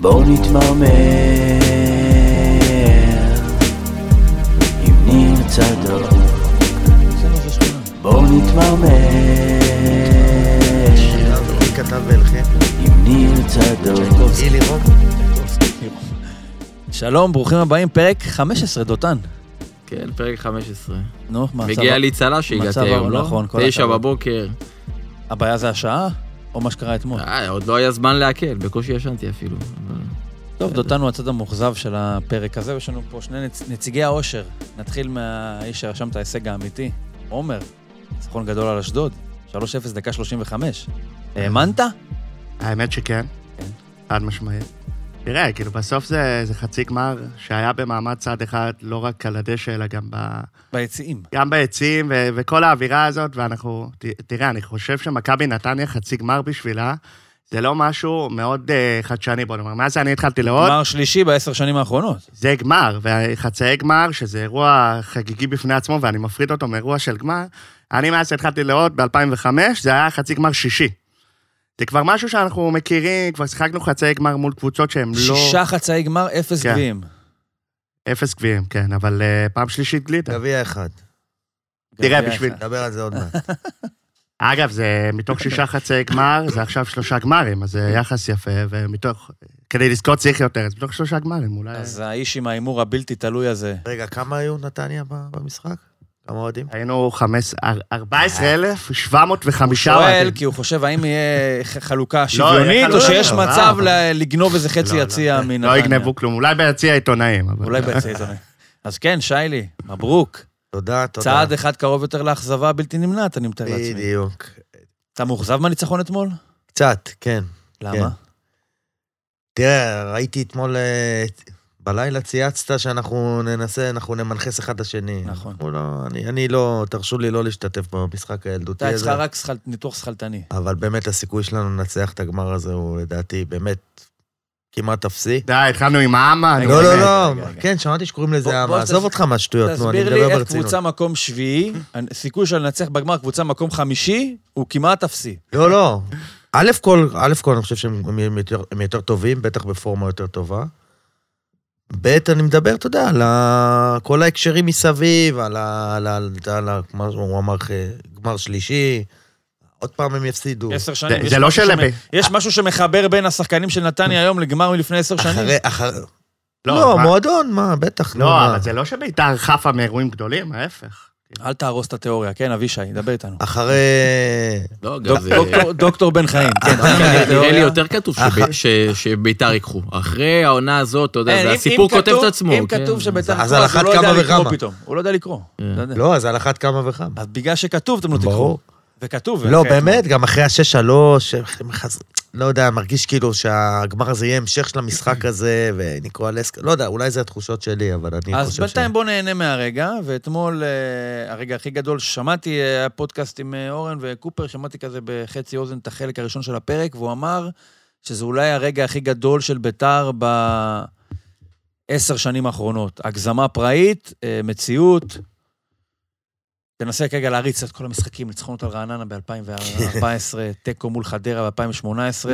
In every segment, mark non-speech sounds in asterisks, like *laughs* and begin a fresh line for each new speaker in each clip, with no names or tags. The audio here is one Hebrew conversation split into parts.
בואו נתמרמר עם ניר צדוק בואו נתמרמר
מי כתב והלחין?
עם ניר צדוק
גילי רון?
שלום, ברוכים הבאים, פרק 15, דותן.
כן, פרק 15.
נו, מה מצב?
מגיעה לי צל"ש
מצב
שהגעתי היום, לא?
נכון, כל
תשע
הכבוד.
בבוקר.
הבעיה זה השעה, או מה שקרה אתמול?
אה, עוד לא היה זמן להקל, בקושי ישנתי אפילו. אבל-
טוב, דותן הוא הצד המאוכזב של הפרק הזה, יש לנו פה שני נצ- נציגי האושר. נתחיל מהאיש שרשם את ההישג האמיתי, עומר, ניצחון גדול על אשדוד, 3-0 דקה 35. האמנת?
האמת שכן,
כן.
חד משמעית. תראה, כאילו, בסוף זה, זה חצי גמר שהיה במעמד צד אחד, לא רק על הדשא, אלא גם, ב,
ביציעים.
גם ביציעים ו, וכל האווירה הזאת, ואנחנו... ת, תראה, אני חושב שמכבי נתניה חצי גמר בשבילה, זה לא משהו מאוד uh, חדשני, בוא נאמר. מאז אני התחלתי לראות,
גמר שלישי בעשר שנים האחרונות.
זה גמר, וחצאי גמר, שזה אירוע חגיגי בפני עצמו, ואני מפריד אותו מאירוע של גמר. אני מאז שהתחלתי לראות ב-2005, זה היה חצי גמר שישי. זה כבר משהו שאנחנו מכירים, כבר שיחקנו חצאי גמר מול קבוצות שהן לא...
שישה חצאי גמר, אפס
כן.
גביעים.
אפס גביעים, כן, אבל אה, פעם שלישית גלידה.
גביע אחד.
תראה,
גביע
בשביל-
אחד.
נדבר על זה עוד מעט.
אגב, זה מתוך שישה חצאי גמר, זה עכשיו שלושה גמרים, אז זה יחס יפה, ומתוך... כדי לזכות צריך יותר, אז מתוך שלושה גמרים, אולי...
אז האיש עם ההימור הבלתי תלוי הזה,
רגע, כמה היו נתניה ב- במשחק? כמה אוהדים?
היינו חמש- אר- 14,705
שואל
אוהדים.
כי הוא חושב האם יהיה ח- חלוקה
לא, יהיה
שוויונית, או
חלוקה,
שיש
אבל-
מצב ל- לגנוב איזה חצי
לא,
יציע מן
לא יגנבו כלום, אולי ביציע העיתונאים. אבל- *laughs*
אולי ביציע עיתונאים. אז כן, שיילי, מברוק.
תודה, תודה.
צעד אחד קרוב יותר לאכזבה הבלתי נמנעת, אני מתאר לעצמי.
בדיוק.
אתה מאוכזב מהניצחון אתמול?
קצת, כן.
למה?
תראה, ראיתי אתמול... אה, בלילה צייצת שאנחנו ננסה, אנחנו נמנחס אחד את השני.
נכון.
אנחנו לא, אני, אני לא, תרשו לי לא להשתתף במשחק הילדותי
אתה
הזה.
אצלך רק שחל- ניתוח שכלתני.
אבל באמת הסיכוי שלנו לנצח את הגמר הזה הוא לדעתי באמת כמעט אפסי.
די, התחלנו עם האמה. נו,
לא, לא,
באמת.
לא,
רגע, רגע.
כן, שמעתי שקוראים
בוא-
לזה
בוא
אמה.
תס-
עזוב אותך מהשטויות, נו, אני
תסביר לי
מדבר
איך
ברצינות.
קבוצה מקום שביעי, הסיכוי שלה לנצח בגמר קבוצה מקום חמישי, הוא כמעט אפסי.
לא, לא. א' כל, א' כל, אני חושב שהם הם יותר, הם יותר טובים, בטח בפורמה יותר טובה. ב', אני מדבר, אתה יודע, על ה- כל ההקשרים מסביב, על ה... על ה... על ה... כמו שהוא אמר, אה, גמר שלישי, עוד פעם הם יפסידו.
עשר שנים.
זה-
יש
זה לא
משהו
של...
שמ- יש משהו שמחבר בין השחקנים של נתניה היום לגמר מלפני עשר שנים?
אחרי, אחרי... לא,
מה-
מועדון, מה, בטח, נו,
לא,
מה.
אבל זה לא שביתר חפה מאירועים גדולים, ההפך.
אל תהרוס את התיאוריה, כן, אבישי, דבר איתנו.
אחרי...
לא, גם זה...
דוקטור- דוקטור בן חיים, כן,
דווקא נראה- נראה לי
תיאוריה.
יותר כתוב שב-
אח-
ש- שביתר ייקחו. אחרי העונה הזאת, אתה יודע,
אין,
לא, זה
אם-
הסיפור
אם
כותב
כתוב-
את עצמו.
אם
כן.
כתוב שביתר
אז
יקחו,
על
אז הוא
אחת
לא יודע
כמה
לקרוא
וכמה.
פתאום. הוא לא יודע לקרוא. אתה יודע.
לא, אז על אחת כמה וכמה.
אז בגלל שכתוב, אתם לא תיקחו.
ברור.
וכתוב.
לא,
וכן.
באמת, גם אחרי השש שלוש, לא יודע, מרגיש כאילו שהגמר הזה יהיה המשך של המשחק הזה, וניקולסקה, לא יודע, אולי זה התחושות שלי, אבל אני חושב
אז בינתיים בואו נהנה מהרגע, ואתמול, אה, הרגע הכי גדול ששמעתי, אה, היה פודקאסט עם אה, אורן וקופר, שמעתי כזה בחצי אוזן את החלק הראשון של הפרק, והוא אמר שזה אולי הרגע הכי גדול של ביתר בעשר שנים האחרונות. הגזמה פראית, אה, מציאות. תנסה כרגע להריץ את כל המשחקים, ניצחונות על רעננה ב-2014,
*laughs*
תיקו מול חדרה ב-2018.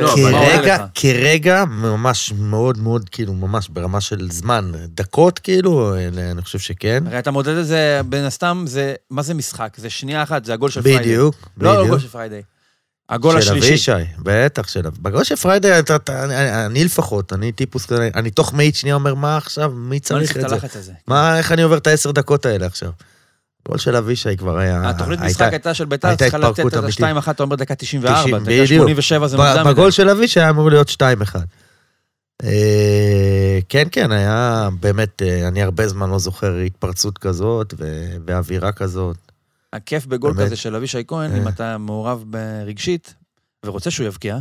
לא, אבל מה עולה
כרגע, כרגע, ממש מאוד מאוד, כאילו, ממש ברמה של זמן, דקות, כאילו, אלה, אני חושב שכן.
הרי אתה מודד את זה, בין הסתם, זה, מה זה משחק? זה שנייה אחת, זה הגול של פריידי.
בדיוק,
לא
בדיוק.
הגול של פריידי. הגול
של
השלישי.
אבישי, בטח, של אבישי. בגול של פריידי, אתה- אתה- אני- אני לפחות, אני טיפוס כזה, אני תוך מאית שנייה אומר, מה עכשיו, מי
לא
צריך
נצטרך את
את זה?
הלחץ הזה.
מה, איך אני עובר את העשר דקות האלה עכשיו? גול של אבישי כבר היה...
התוכנית
אה, הייתה-
משחק הייתה של ביתר,
הייתה
צריכה לתת
התפרקות
את
אמיתית.
ה-2-1, אתה אומר דקה 94,
90,
דקה
בדיוק.
87 זה
ב-
מוקדם.
בגול
מדי.
של אבישי היה אמור להיות 2-1. אה, כן, כן, היה באמת, אה, אני הרבה זמן לא זוכר התפרצות כזאת ו- ואווירה כזאת.
הכיף בגול
באמת.
כזה של אבישי כהן,
אה.
אם אתה מעורב ב- רגשית ורוצה שהוא יבקיע,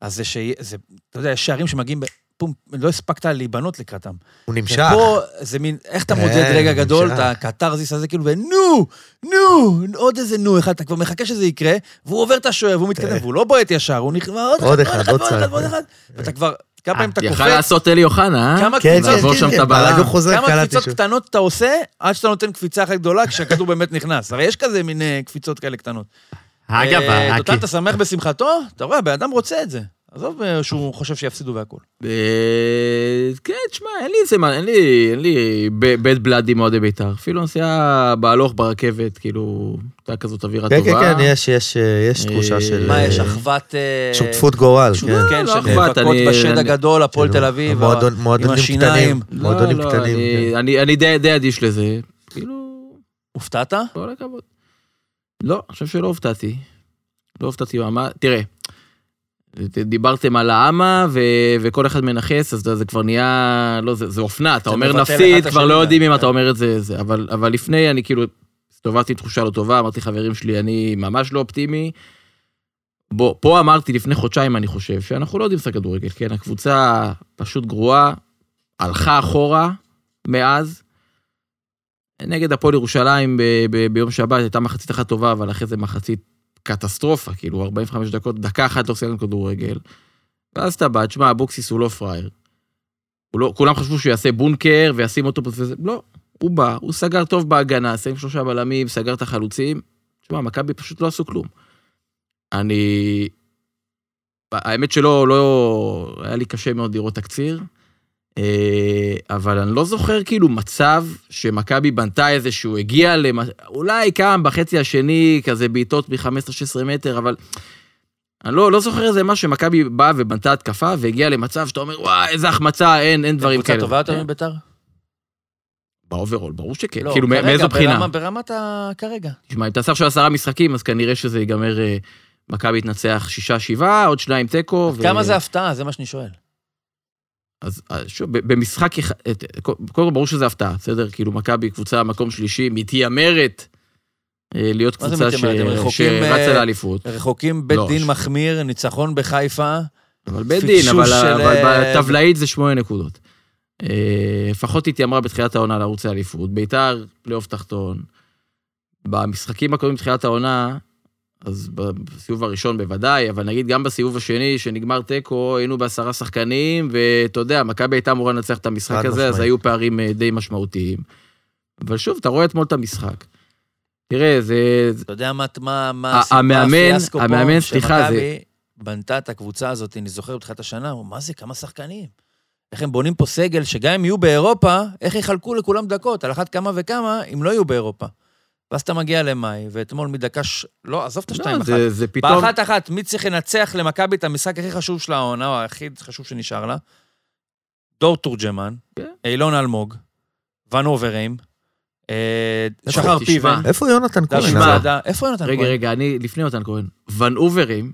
אז זה ש... זה- אתה יודע, יש שערים שמגיעים ב... פום, לא הספקת להיבנות לקראתם.
הוא נמשך.
ופה זה מין, איך אתה מודד
כן,
רגע גדול,
אפשר.
את הקתרזיס הזה, כאילו, ונו, נו, עוד איזה נו אחד, אתה כבר מחכה שזה יקרה, והוא עובר את השוער, והוא מתקדם, והוא לא בועט ישר, הוא נכנע,
כן. עוד אחד, עוד צעד.
ועוד אחד, ואתה כבר, כמה פעמים אתה
יכל
קופץ,
אה, לעשות אלי אוחנה, אה?
כמה
כן,
קבוצות-
כן,
לעבור
כן,
שם את
כן,
הבלם.
אבל הוא חוזר,
כמה
קלטתי
קפיצות
שהוא.
קטנות אתה עושה, עד שאתה נותן קפיצה אחת גדולה, כשהכדור באמת נכנס. הרי יש כזה מין אה, קפיצות כאלה קטנות.
אגב,
אה,
ה-
תותן,
הכ-
אתה שמח בשמחתו? אתה רואה, הבן אדם רוצה את זה. עזוב אה, שהוא חושב שיפסידו והכול.
אה, כן, תשמע, אין לי איזה מה, אין לי, אין לי בית בלאד עם אוהדי בית"ר. אפילו נסיעה בהלוך ברכבת, כאילו, הייתה כזאת אווירה
כן,
טובה.
כן, כן, יש, יש, אה, יש
אה,
תחושה של...
מה,
אה,
יש
אחוות... אה,
שותפות גורל, כן. כאילו,
כן,
לא,
של
אחוות,
נאבקות
אני-
בשד
אני-
הגדול, הפועל
כאילו,
תל אביב,
המועדון-
ה- עם
מועדונים
השיניים.
קטנים,
לא,
מועדונים
לא,
קטנים.
אני-
כן.
אני- אני די די אדיש לזה. כאילו,
הופתעת?
כל הכבוד. לא, אני חושב שלא הופתעתי. לא הופתעתי מהמה, תראה. דיברתם על האמה ו- וכל אחד מנכס, אז זה כבר נהיה, לא, זה, זה אופנה, אתה
זה
אומר
מבטל אחד
נפסיד,
את
כבר
השני,
לא יודעים אם
כן.
אתה אומר את זה, זה. אבל, אבל לפני אני כאילו הסתובבתי עם תחושה לא טובה, אמרתי חברים שלי, אני ממש לא אופטימי. בוא, פה אמרתי לפני חודשיים, אני חושב, שאנחנו לא יודעים לשחק כדורגל, כן? הקבוצה פשוט גרועה, הלכה אחורה מאז. נגד הפועל ירושלים ב- ב- ביום שבת הייתה מחצית אחת טובה, אבל אחרי זה מחצית קטסטרופה, כאילו 45 דקות, דקה אחת לא סיימנו כדורגל. ואז אתה בא, תשמע, אבוקסיס הוא לא פראייר. הוא לא, כולם חשבו שהוא יעשה בונקר וישים אותו וזה, לא. הוא בא, הוא סגר טוב בהגנה, שם שלושה בלמים, סגר את החלוצים. תשמע, מכבי פשוט לא עשו כלום. אני... האמת שלא, לא... היה לי קשה מאוד לראות תקציר, אה, אבל אני לא זוכר כאילו מצב שמכבי בנתה איזשהו, הגיע למה... אולי קם בחצי השני, כזה בעיטות מ-15-16 מטר, אבל... אני לא, לא זוכר איזה משהו שמכבי באה ובנתה התקפה והגיעה למצב שאתה אומר, וואי, איזה החמצה, אין, אין דברים כאלה.
קבוצה טובה יותר
אה,
מביתר?
באוברול, ברור שכן.
לא,
כאילו,
כרגע,
מאיזו בחינה?
ברמה- ברמת ה... כרגע.
תשמע, אם תעשה עכשיו עשרה משחקים, אז כנראה שזה ייגמר, אה, מכבי תנצח שישה, שבעה, עוד שניים תיקו. ו-
כמה זה הפתעה? זה מה שאני שואל.
אז אה, שוב, ב- במשחק, אחד- את- קודם כל ברור שזה הפתעה, בסדר? כאילו, מכבי קבוצה מקום שלישי, מתיימרת אה, להיות
מה זה
קבוצה ש-
מתיימרת? הם רחוקים,
שרצה
אה,
לאליפות.
רחוקים, בית
לא,
דין
ש-
מחמיר, ניצחון בחיפה.
אבל בית דין, אבל
פיקשוש של,
אבל
אה,
בטבלאית זה שמונה נקודות. אה, לפחות היא התיימרה בתחילת העונה לערוץ האליפות. ביתר, פלייאוף תחתון. במשחקים הקודמים בתחילת העונה, אז בסיבוב הראשון בוודאי, אבל נגיד גם בסיבוב השני, שנגמר תיקו, היינו בעשרה שחקנים, ואתה יודע, מכבי הייתה אמורה לנצח את המשחק
חד
הזה, אז
משמעית.
היו פערים אה, די משמעותיים. אבל שוב, אתה רואה אתמול את המשחק. תראה, זה...
אתה יודע מה, מה, מה,
ה-
הסיפור,
המאמן-
הפיאסקו פה,
המאמן, סליחה, זה-
שמכבי בנתה את הקבוצה הזאת, אני זוכר בתחילת השנה, הוא, מה זה, כמה שחקנים. איך הם בונים פה סגל, שגם אם יהיו באירופה, איך יחלקו לכולם דקות, על אחת כמה וכמה, אם לא יהיו באירופה. ואז אתה מגיע למאי, ואתמול מדקה ש... לא, עזוב את השתיים
לא,
אחת.
זה- זה פתאום...
באחת אחת, מי צריך לנצח למכבי את המשחק הכי חשוב של העונה, או הכי חשוב שנשאר לה? דור תורג'מן,
כן.
אילון אלמוג, ון אוברהיים, אה,
איפה-
שחר
תשמע,
פיבן.
כן. איפה יונתן
דוד
כהן?
שמע,
אבל?
זאדה. איפה יונתן
רגע,
כהן?
רגע, אני לפני יונתן כהן. ון אוברים,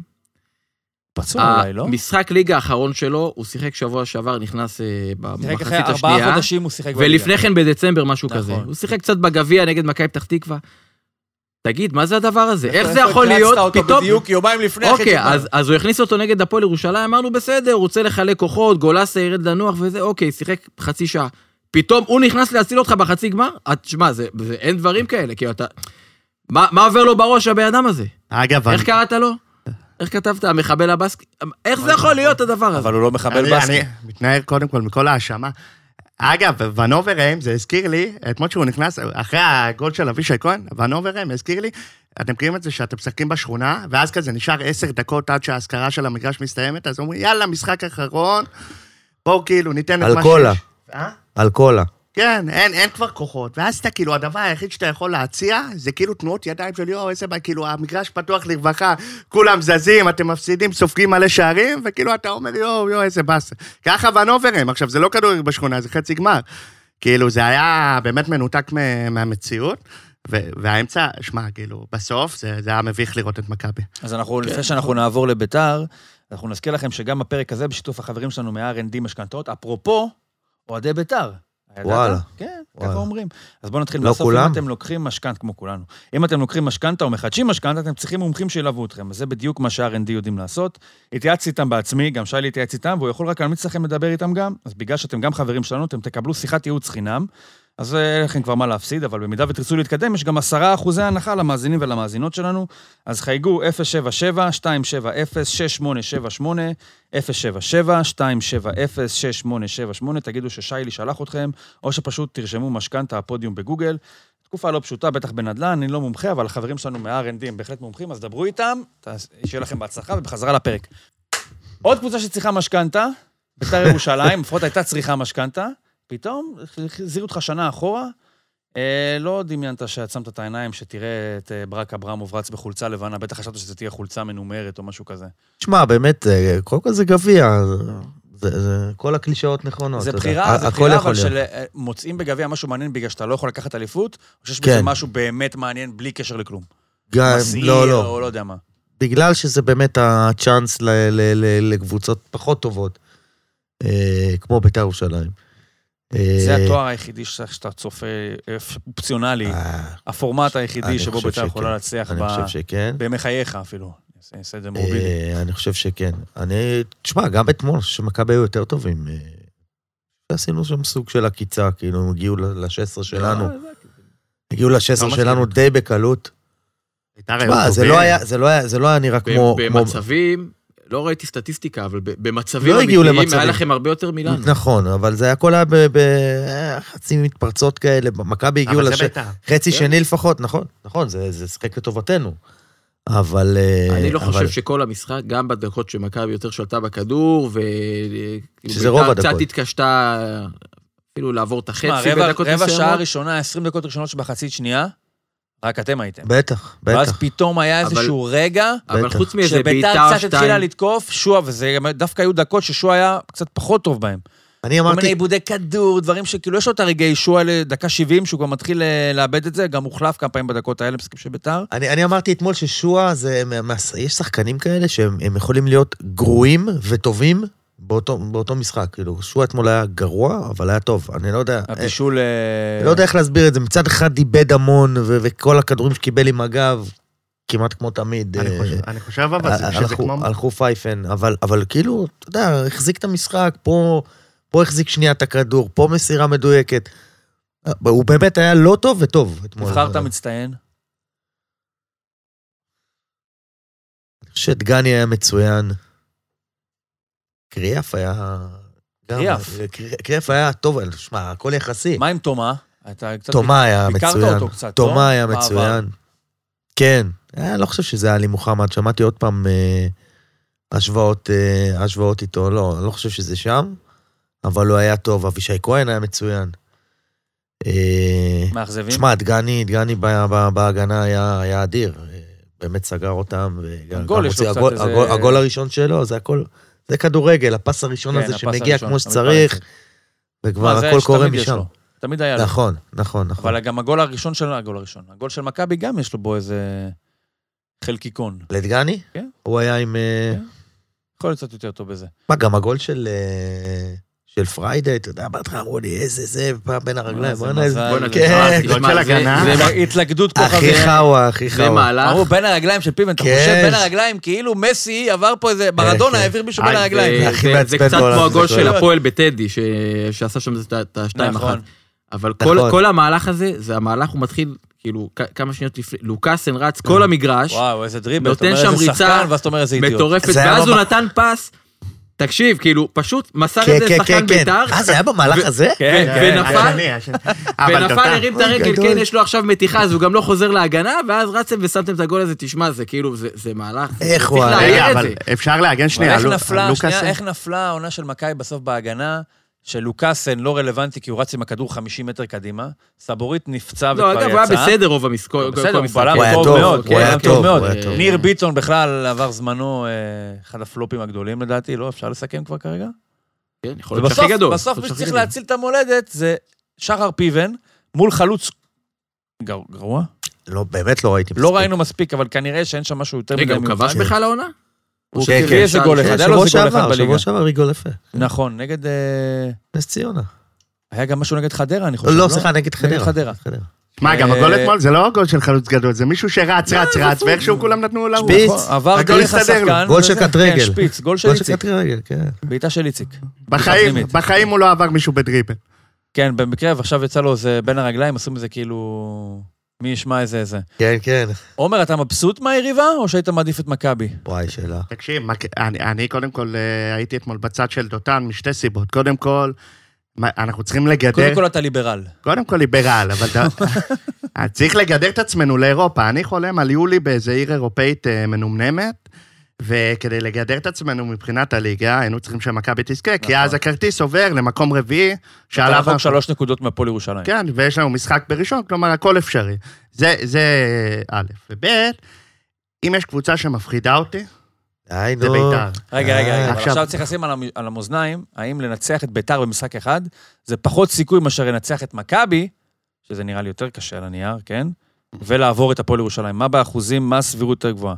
פצוע
אה,
אולי, לא?
המשחק ליגה האחרון שלו, הוא שיחק שבוע שעבר, נכנס אה,
שיחק אחרי
במחצית
ארבעה
השנייה,
חודשים הוא שיחק
ולפני כן בדצמבר, משהו
נכון.
כזה. הוא שיחק קצת בגביע נגד מכבי פתח תקווה. תגיד, מה זה הדבר הזה? כן, איך
איפה
זה יכול
הקלצת
להיות
אותו
פתאום...
בדיוק יומיים לפני אחרי
אוקיי,
שנגמר.
אז, אז הוא הכניס אותו נגד הפועל ירושלים, אמרנו בסדר, הוא רוצה לחלק כוחות, גולסה ירד לנוח וזה, אוקיי, שיחק חצי שעה. פתאום הוא נכנס להציל אותך בחצי גמר? את- שמע, זה, זה, אין דברים כאלה, כאילו אתה... מה, מה עובר לו בראש הבן אדם הזה?
אגב,
איך קראת לו? איך כתבת? המחבל הבאסק? איך זה יכול להיות הדבר הזה?
אבל הוא לא מחבל
אני- אני
בסקי.
מתנער קודם כל מכל האשמה. אגב, ונוברהם, זה הזכיר לי, אתמול שהוא נכנס, אחרי הגול של אבישי כהן, ונוברהם הזכיר לי, אתם מכירים את זה שאתם משחקים בשכונה, ואז כזה נשאר עשר דקות עד שההשכרה של המגרש מסתיימת, אז אומרים, יאללה, משחק אחרון, בואו כאילו ניתן את
על
מה
קולה.
אה?
על קולה.
כן, אין, אין כבר כוחות. ואז אתה כאילו, הדבר היחיד שאתה יכול להציע, זה כאילו תנועות ידיים של יואו, איזה בעיה, כאילו, המגרש פתוח לרווחה, כולם זזים, אתם מפסידים, סופגים מלא שערים, וכאילו, אתה אומר, יואו, יואו, איזה באסה. ככה ונוברם, עכשיו, זה לא כדורגל בשכונה, זה חצי גמר. כאילו, זה היה באמת מנותק מ- מהמציאות, ו- והאמצע, שמע, כאילו, בסוף, זה, זה היה מביך לראות את מכבי.
אז אנחנו,
כן.
לפני שאנחנו נעבור לביתר, אנחנו נזכיר לכם שגם הפרק הזה בשיתוף החברים שלנו מה-R&D משכנתאות, אפרופו, אוהדי ביתר. ידעת?
וואלה.
כן, ככה
וואלה.
אומרים. אז בואו נתחיל
לא
בסוף.
כולם?
אם אתם לוקחים משכנתה, כמו כולנו, אם אתם לוקחים משכנתה או מחדשים משכנתה, אתם צריכים מומחים שילוו אתכם. אז זה בדיוק מה שה-R&D יודעים לעשות. התייעצתי איתם בעצמי, גם שי התייעץ איתם, והוא יכול רק להמליץ לכם לדבר איתם גם. אז בגלל שאתם גם חברים שלנו, אתם תקבלו שיחת ייעוץ חינם. אז אה, אין לכם כבר מה להפסיד, אבל במידה ותרצו להתקדם, יש גם 10 אחוזי הנחה למאזינים ולמאזינות שלנו. אז חייגו 077-270-6878, 077-270-6878, תגידו ששיילי שלח אתכם, או שפשוט תרשמו משכנתה הפודיום בגוגל. תקופה לא פשוטה, בטח בנדל"ן, אני לא מומחה, אבל החברים שלנו מה-R&D הם בהחלט מומחים, אז דברו איתם, תעש- שיהיה לכם בהצלחה, ובחזרה לפרק. עוד קבוצה שצריכה משכנתה, בית"ר ירושלים, *laughs* לפחות הייתה צריכה משכנתה, פתאום החזירו אותך שנה אחורה. אה, לא דמיינת שעצמת את העיניים, שתראה את אה, ברק אברמוב רץ בחולצה לבנה, בטח חשבת שזו תהיה חולצה מנומרת או משהו כזה.
תשמע, באמת, אה, קודם כל זה גביע, זה- זה- כל הקלישאות נכונות.
זה
לא, אתה יודע.
בחירה,
ה-
זה
הכל
בחירה,
יכול
אבל
להיות.
של אה, מוצאים בגביע משהו מעניין בגלל שאתה לא יכול לקחת אליפות, או שיש
כן.
בזה משהו באמת מעניין בלי קשר לכלום.
גם-
מסעיר,
לא, לא.
או לא יודע מה.
בגלל שזה באמת הצ'אנס ל- ל- ל- לקבוצות פחות טובות, אה, כמו בית"ר ירושלים. אה,
זה התואר היחידי ש- שאתה צופה, אה, אופציונלי,
אה,
הפורמט היחידי
אני
שבו
חושב
בית"ר יכולה
שכן.
להצליח
אני
ב-
חושב שכן.
בימי חייך אפילו. זה סדר מורבידי.
אה, אני חושב שכן. אני, תשמע, גם אתמול, אני חושב שמכבי היו יותר טובים. אה, עשינו שם סוג של עקיצה, כאילו, הם הגיעו ל-16 שלנו.
אה,
הגיעו ל-16
לא
שלנו
מסכים.
די בקלות.
בית"ר היו
תשמע, זה
טובים.
לא היה- זה לא היה- זה לא היה נראה כמו...
ב-
כמו-
במצבים, לא ראיתי סטטיסטיקה, אבל ב- במצבים
לא הגיעו
אמיתיים, היה
למצבים.
לכם הרבה יותר מילאנו.
נכון, אבל זה הכל היה בחצי אה, מתפרצות כאלה, מכבי הגיעו
אבל זה
לש...
בית"ר.
חצי
כן.
שני לפחות, נכון, נכון, זה זה שיחק לטובתנו. אבל... אה,
אני לא
אבל-
חושב שכל המשחק, גם בדקות שמכבי יותר שלטה בכדור, ו...
שזה רוב
בית"ר
הדקות.
קצת התקשתה אפילו לעבור את החצי
תשמע, רבע-
בדקות
רבע שעה
מסוימות.
ראשונה, 20 דקות ראשונות שבמחצית שנייה, רק אתם הייתם.
בטח,
ואז
בטח.
פתאום היה
אבל-
איזשהו רגע,
אבל
בטח.
חוץ מאיזה
שביתר
בעיטה
קצת התחילה
שתיים,
לתקוף, שועה, וזה גם- דווקא היו דקות ששועה היה קצת פחות טוב בהם.
אני
כל מיני
אמרתי,
עיבודי כדור, דברים שכאילו יש לו את הרגעי שועה לדקה 70, שהוא כבר מתחיל אה, לאבד את זה, גם הוחלף כמה פעמים בדקות האלה, משחקים של ביתר.
אני, אני אמרתי אתמול ששועה זה, מה- מה- יש שחקנים כאלה שהם הם יכולים להיות גרועים וטובים באותו, באותו משחק. כאילו, שועה אתמול היה גרוע, אבל היה טוב. אני לא יודע, אה,
הבישול... אה,
אני לא יודע איך להסביר את זה. מצד אחד איבד המון, ו- וכל הכדורים שקיבל עם הגב, כמעט כמו תמיד.
אני
אה,
חושב- אני חושב אבל זה- שזה
הלכו-
כמו...
הלכו פייפן, אבל, אבל כאילו, אתה יודע, החזיק את המשחק, פה, פה החזיק שנייה את הכדור, פה מסירה מדויקת. אה, הוא באמת היה לא טוב וטוב אתמול.
נבחרת מצטיין.
אני חושב שדגני היה מצוין. קריאף היה... גם-
קריאף.
קרי- קריאף היה טוב, אבל שמע, הכל יחסי.
מה עם תומה? אתה קצת...
אה. תומה היה
ביקרת
מצוין.
אותו קצת, לא?
תומה היה
בעבר.
מצוין. כן. אני לא חושב שזה היה לי מוחמד, שמעתי עוד פעם אה, השוואות, אה, השוואות איתו, לא, אני לא חושב שזה שם, אבל הוא היה טוב, אבישי כהן היה מצוין. אה,
מאכזבים?
תשמע, דגני, דגני ב- ב- בהגנה היה היה אדיר, אה, באמת סגר אותם. וגם-
הגול
גם
יש
הוציא-
לו קצת
הגול-
איזה-
הגול- הגול הראשון שלו, זה הכל, זה כדורגל, הפס הראשון
כן,
הזה
הפס
שמגיע
הראשון,
כמו
תמיד
שצריך,
פרץ.
וכבר
מה, זה
הכל
יש-
קורה
תמיד יש
משם.
לו. תמיד היה לו.
נכון, נכון, נכון.
אבל גם הגול הראשון של... הגול הראשון. הגול של מכבי גם יש לו בו איזה חלקיקון.
לדגני?
כן.
הוא היה עם... אה,
כן. יכול להיות קצת יותר טוב בזה.
מה, גם הגול של... אה, של פריידי, אתה יודע, בהתחלה אמרו לי, איזה זה, פעם בין הרגליים,
זה
בואנה, איזה...
מזל.
בואנה,
כן.
תשמע,
גול של
זה-
הגנה.
זה-
זה התלקדות
הכי
כוכבים.
חאווה, הכי
זה
חאווה.
מהלך.
אמרו בין הרגליים של פיבן, אתה
כן.
חושב בין הרגליים, כאילו מסי עבר פה איזה מרדונה,
כן.
העביר מישהו בין
אה,
הרגליים.
זה-
הכי
זה-
מעצבן
זה קצת
בעולם,
כמו
זה
הגול של
שטויות.
הפועל בטדי, ש- שעשה שם את ה- את השתיים אחת.
נכון.
אבל כל,
נכון.
כל המהלך הזה, זה המהלך, הוא מתחיל, כאילו, כ- כמה שניות לפני, לוקאסן רץ
אה.
כל המגרש,
וואו, איזה דריבל. אתה
נותן
אומר
שם ריצה
איזה שחקן, ואז אתה אומר איזה אידיוט.
מטורפת,
זה היה
ואז הוא
ממש-
נתן פס, תקשיב, כאילו, פשוט מסר
כן,
את זה
כן,
לשחקן
כן, כן.
בית"ר,
אה, זה היה במהלך
ו-
הזה?
כן,
ו-
כן.
ונפל.
השני, השני. אבל
ונפל,
דותן-
הרים את
אוי,
הרגל,
גדול.
כן, יש לו עכשיו מתיחה, אז הוא גם לא חוזר להגנה, ואז רצתם ושמתם את הגול הזה, תשמע, זה כאילו, זה- זה מהלך. זה-
איך
צריך
הוא היה-
להעיר
רגע,
את
אבל
זה.
אפשר להגן
אה, אבל
שנייה,
איך
לוק-
נפלה,
לוקאסן?
שנייה, איך נפלה העונה של מכבי בסוף בהגנה, שלוקאסן לא רלוונטי כי הוא רץ עם הכדור 50 מטר קדימה, סבורית
לא,
נפצע וכבר יצא.
אגב, הוא היה בסדר רוב המשחק.
בסדר, הוא
הוא
בלם
היה
טוב
טוב,
מאוד,
הוא
כן,
היה
בלם
טוב,
טוב מאוד.
הוא היה טוב.
ניר ביטון בכלל עבר זמנו, אה, אחד הפלופים הגדולים לדעתי, לא? אפשר לסכם כבר כרגע?
ובסוף,
ובסוף, בסוף מי שצריך להציל את המולדת זה שחר פיבן מול חלוץ גר- גרוע.
לא, באמת לא ראיתי.
לא ראינו מספיק, אבל כנראה שאין שם משהו יותר
רגע, הוא כבש
כן.
בכלל העונה?
הוא
כן,
הביא
כן,
איזה
אפשר-
גול אחד,
כן,
היה לו
שבוע
איזה גול אחד
שעבר,
בליגה.
שבוע שעבר ריגול יפה.
נכון, נגד... אה,
נס ציונה.
היה גם משהו נגד חדרה, אני חושב,
לא, סליחה, נגד
נגד
חדרה.
חדרה.
מה, גם
אה,
הגול אתמול זה לא הגול של חלוץ גדול, זה מישהו שרץ,
לא,
רץ, רץ, ואיכשהו כולם נתנו לו...
שפיץ.
נכון, עבר
הכל
דרך
הסתדר לו.
השחקן.
גול
וזה-
של קט רגל.
כן, שפיץ, גול של
גול של
איציק.
קטרי לא, רגל, כן.
בעיטה של איציק.
בחיים,
פנימית.
בחיים הוא לא עבר מישהו בדריפל.
כן, במקרה, ועכשיו יצא לו איזה בין הרגליים, עשו מזה כאילו... מי ישמע איזה איזה.
כן, כן.
עומר, אתה מבסוט מהיריבה, או שהיית מעדיף את מכבי?
וואי, שאלה.
תקשיב, מה- אני, אני קודם כל אה, הייתי אתמול בצד של דותן משתי סיבות. קודם כל, מה- אנחנו צריכים לגדר...
קודם כל אתה ליברל.
קודם כל ליברל, אבל
*laughs*
אתה... צריך לגדר את עצמנו לאירופה. אני חולם על יולי באיזה עיר אירופאית אה, מנומנמת, וכדי לגדר את עצמנו מבחינת הליגה, היינו צריכים שמכבי תזכה, כי
נכון.
אז הכרטיס עובר למקום רביעי,
אתה
שעליו...
רחוק שלוש נקודות מהפועל ירושלים.
כן, ויש לנו משחק בראשון, כלומר, הכל אפשרי. זה, זה אה, א', וב', אם יש קבוצה שמפחידה אותי,
די,
לא.
זה
נו. לא,
בית"ר.
רגע, רגע, רגע, אבל
עכשיו-
עכשיו צריך לשים על המ- על המאזניים, האם לנצח את ביתר במשחק אחד, זה פחות סיכוי מאשר לנצח את מכבי, שזה נראה לי יותר קשה על הנייר, כן?
Mm-hmm.
ולעבור את הפועל ירושלים. מה באחוזים, מה הסבירות יותר גבוהה?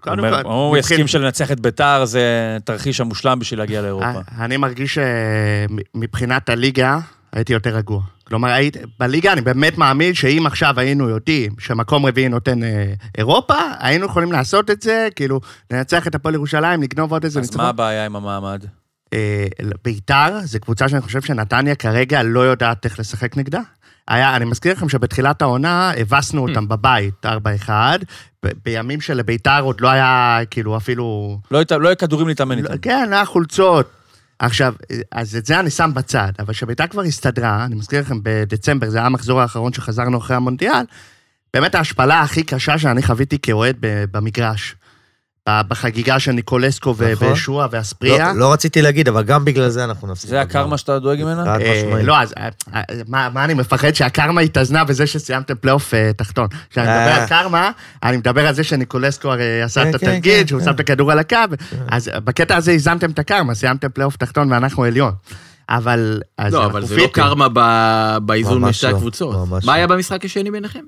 קודם
אומר-
כל,
הוא
נתחיל-
יסכים שלנצח את ביתר זה תרחיש המושלם בשביל להגיע לאירופה.
אה, אני מרגיש שמבחינת הליגה, הייתי יותר רגוע. כלומר, היית, בליגה אני באמת מאמין שאם עכשיו היינו יודעים שמקום רביעי נותן אה, אירופה, היינו יכולים לעשות את זה, כאילו, לנצח את הפועל ירושלים, לגנוב עוד איזה
אז מה הבעיה עם המעמד?
אה, ביתר, זו קבוצה שאני חושב שנתניה כרגע לא יודעת איך לשחק נגדה. היה, אני מזכיר לכם שבתחילת העונה
Hmm.
הבסנו אותם בבית, 4-1, ב- בימים שלביתר עוד לא היה, כאילו, אפילו...
לא היית- לא יהיה כדורים להתאמן איתם.
לא, כן, היה חולצות. עכשיו, אז את זה אני שם בצד, אבל כשביתר כבר הסתדרה, אני מזכיר לכם, בדצמבר, זה היה המחזור האחרון שחזרנו אחרי המונדיאל, באמת ההשפלה הכי קשה שאני חוויתי כאוהד ב- במגרש. ב- בחגיגה של ניקולסקו ו-
נכון.
וישוע והספריה.
לא- לא רציתי להגיד, אבל גם בגלל זה אנחנו נפסיד.
זה הקרמה שאתה דואג ממנה?
חד
אה,
משמעית.
לא, אז אה, אה, מה מה אני מפחד? שהקרמה התאזנה בזה שסיימתם פלייאוף אה, תחתון. כשאני
אה.
מדבר על קרמה, אני מדבר על זה שניקולסקו הרי עשה
כן,
את
כן,
התרגיל,
כן,
שהוא
כן.
שם את הכדור על הקו, אז אה, בקטע הזה איזנתם את הקרמה, סיימתם פלייאוף תחתון ואנחנו עליון. אבל... אז
לא,
אנחנו
אבל זה לא
פיטים.
קרמה ב- באיזון
אוקיי. ממש
בין שתי
לא,
הקבוצות.
ממש
מה
לא.
היה במשחק השני ביניכם?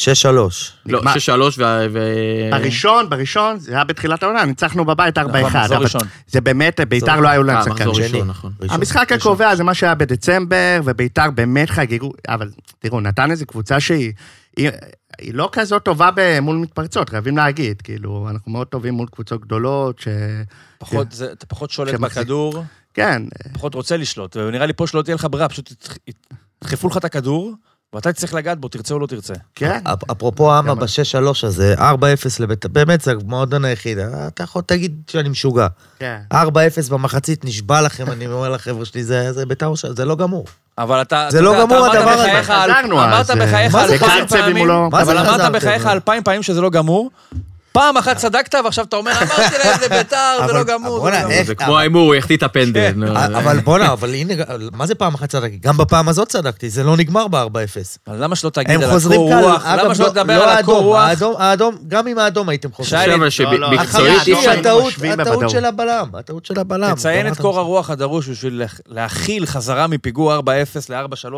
שש שלוש.
לא,
נגמר.
שש שלוש ו... ו-
בראשון, בראשון, זה היה בתחילת העונה, ניצחנו בבית 4-1.
במחזור
אבל
ראשון.
זה באמת, ביתר לא היו
אה,
להם
נכון, מחזור
שחקנים.
ראשון,
שני.
נכון.
המשחק הקובע זה מה שהיה בדצמבר, וביתר באמת חגגו, אבל תראו, נתניה זו קבוצה שהיא היא, היא לא כזאת טובה ב- מול מתפרצות, חייבים להגיד, כאילו, אנחנו מאוד טובים מול קבוצות גדולות, ש...
פחות-
כן.
זה- אתה פחות שולט
שמחזיק.
בכדור,
כן,
פחות רוצה לשלוט, ונראה לי פה שלא תהיה לך ברירה, פשוט ית- ית- ידחפו לך את הכדור, ואתה תצטרך לגעת בו, תרצה או לא תרצה.
כן.
אפ- אפרופו אמה
גם-
בשש שלוש הזה, 4-0 לבית... באמת, זה המועדון היחיד. אתה יכול להגיד שאני משוגע.
כן.
4-0 במחצית, נשבע לכם, אני אומר לחבר'ה שלי, זה זה בית"ר ירושלים, זה לא גמור.
אבל אתה,
זה
אתה
לא
יודע, אתה
גמור
אמרת
הדבר הזה.
בחייך על-
חזרנו
אמרת
אז, אה,
בחייך
מה זה
אלפיים
קרצב אם הוא
פעמים,
לא-
מה זה
אבל אמרת
חזרתם?
בחייך אלפיים פעמים שזה לא גמור, פעם אחת צדקת ועכשיו אתה אומר, אמרתי להם, זה ביתר, זה
אבל-
לא גמור, זה
בואנה, אה,
לא גמור.
איך-
זה כמו ההימור, הוא יחטיא את הפנדל.
כן.
נו.
אה, אבל בואנה, אבל הנה, מה זה פעם אחת צדקתי? גם בפעם הזאת צדקתי, זה לא נגמר ב-4-0.
אז למה שלא תגיד
הם
על
חוזרים
הקור
כאן,
רוח?
אגב,
למה שלא
לא-
תדבר
לא
על
האדום,
הקור רוח?
האדום, האדום, גם עם האדום הייתם חוזרים.
שי,
עכשיו
לא, לא,
אחרי
שמקצועית
אחרי
אי
הדיש
האדום
אפשר...
היינו
הטעות,
משווים
הטעות
בוודאות.
של הבלם, הטעות של הבלם.
תציין את
אתה
קור
אומר,
הרוח הדרוש בשביל לח- להכיל חזרה מפיגור 4-0 ל-4-3,
שמע.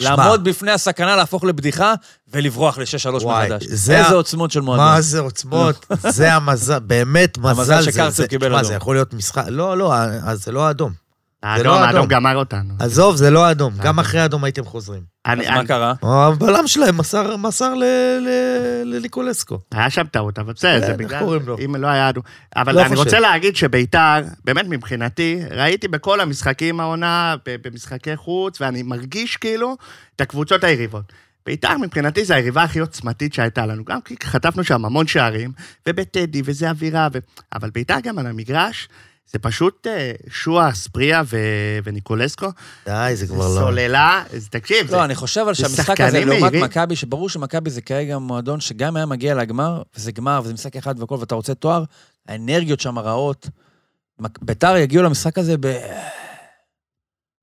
לעמוד בפני הסכנה, להפוך לבדיחה ולברוח ל-6-3
וואי,
מחדש.
זה
איזה
ה-
עוצמות של מועדון.
מה זה עוצמות, זה המזל, באמת מזל.
אה. המזל
זה-
שקרצב
זה-
קיבל
תשמע,
אדום.
זה יכול להיות משחק, לא, לא, אז זה לא האדום. זה לא
האדום, האדום
האדום.
גמר אותנו.
עזוב, זה לא האדום,
אה.
גם אחרי האדום הייתם חוזרים.
אז
אני,
מה
אני,
קרה?
הבלם שלהם מסר- מסר ל- ל- לניקולסקו.
היה שם טעות, אבל בסדר,
כן,
זה
איך
בגלל...
קוראים לו?
אם לא היה אדום. אבל
לא
אני
חושב.
רוצה להגיד שביתר, באמת מבחינתי, ראיתי בכל המשחקים העונה, ב- במשחקי חוץ, ואני מרגיש כאילו את הקבוצות היריבות. ביתר מבחינתי זו היריבה הכי עוצמתית שהייתה לנו, גם כי חטפנו שם המון שערים, ובטדי, וזה אווירה, ו... אבל ביתר גם על המגרש, זה פשוט אה, שועה, ספריה ו... וניקולסקו,
די, זה
זה
כבר לא...
סוללה, זה- תקשיב, זה...
לא, אני חושב אבל
זה
שהמשחק הזה,
שחקנים
לעומת
מהירים.
מכבי, שברור שמכבי זה כרגע מועדון שגם היה מגיע לגמר, וזה גמר, וזה משחק אחד והכל, ואתה רוצה תואר, האנרגיות שם רעות. מק- ביתר יגיעו למשחק הזה ב...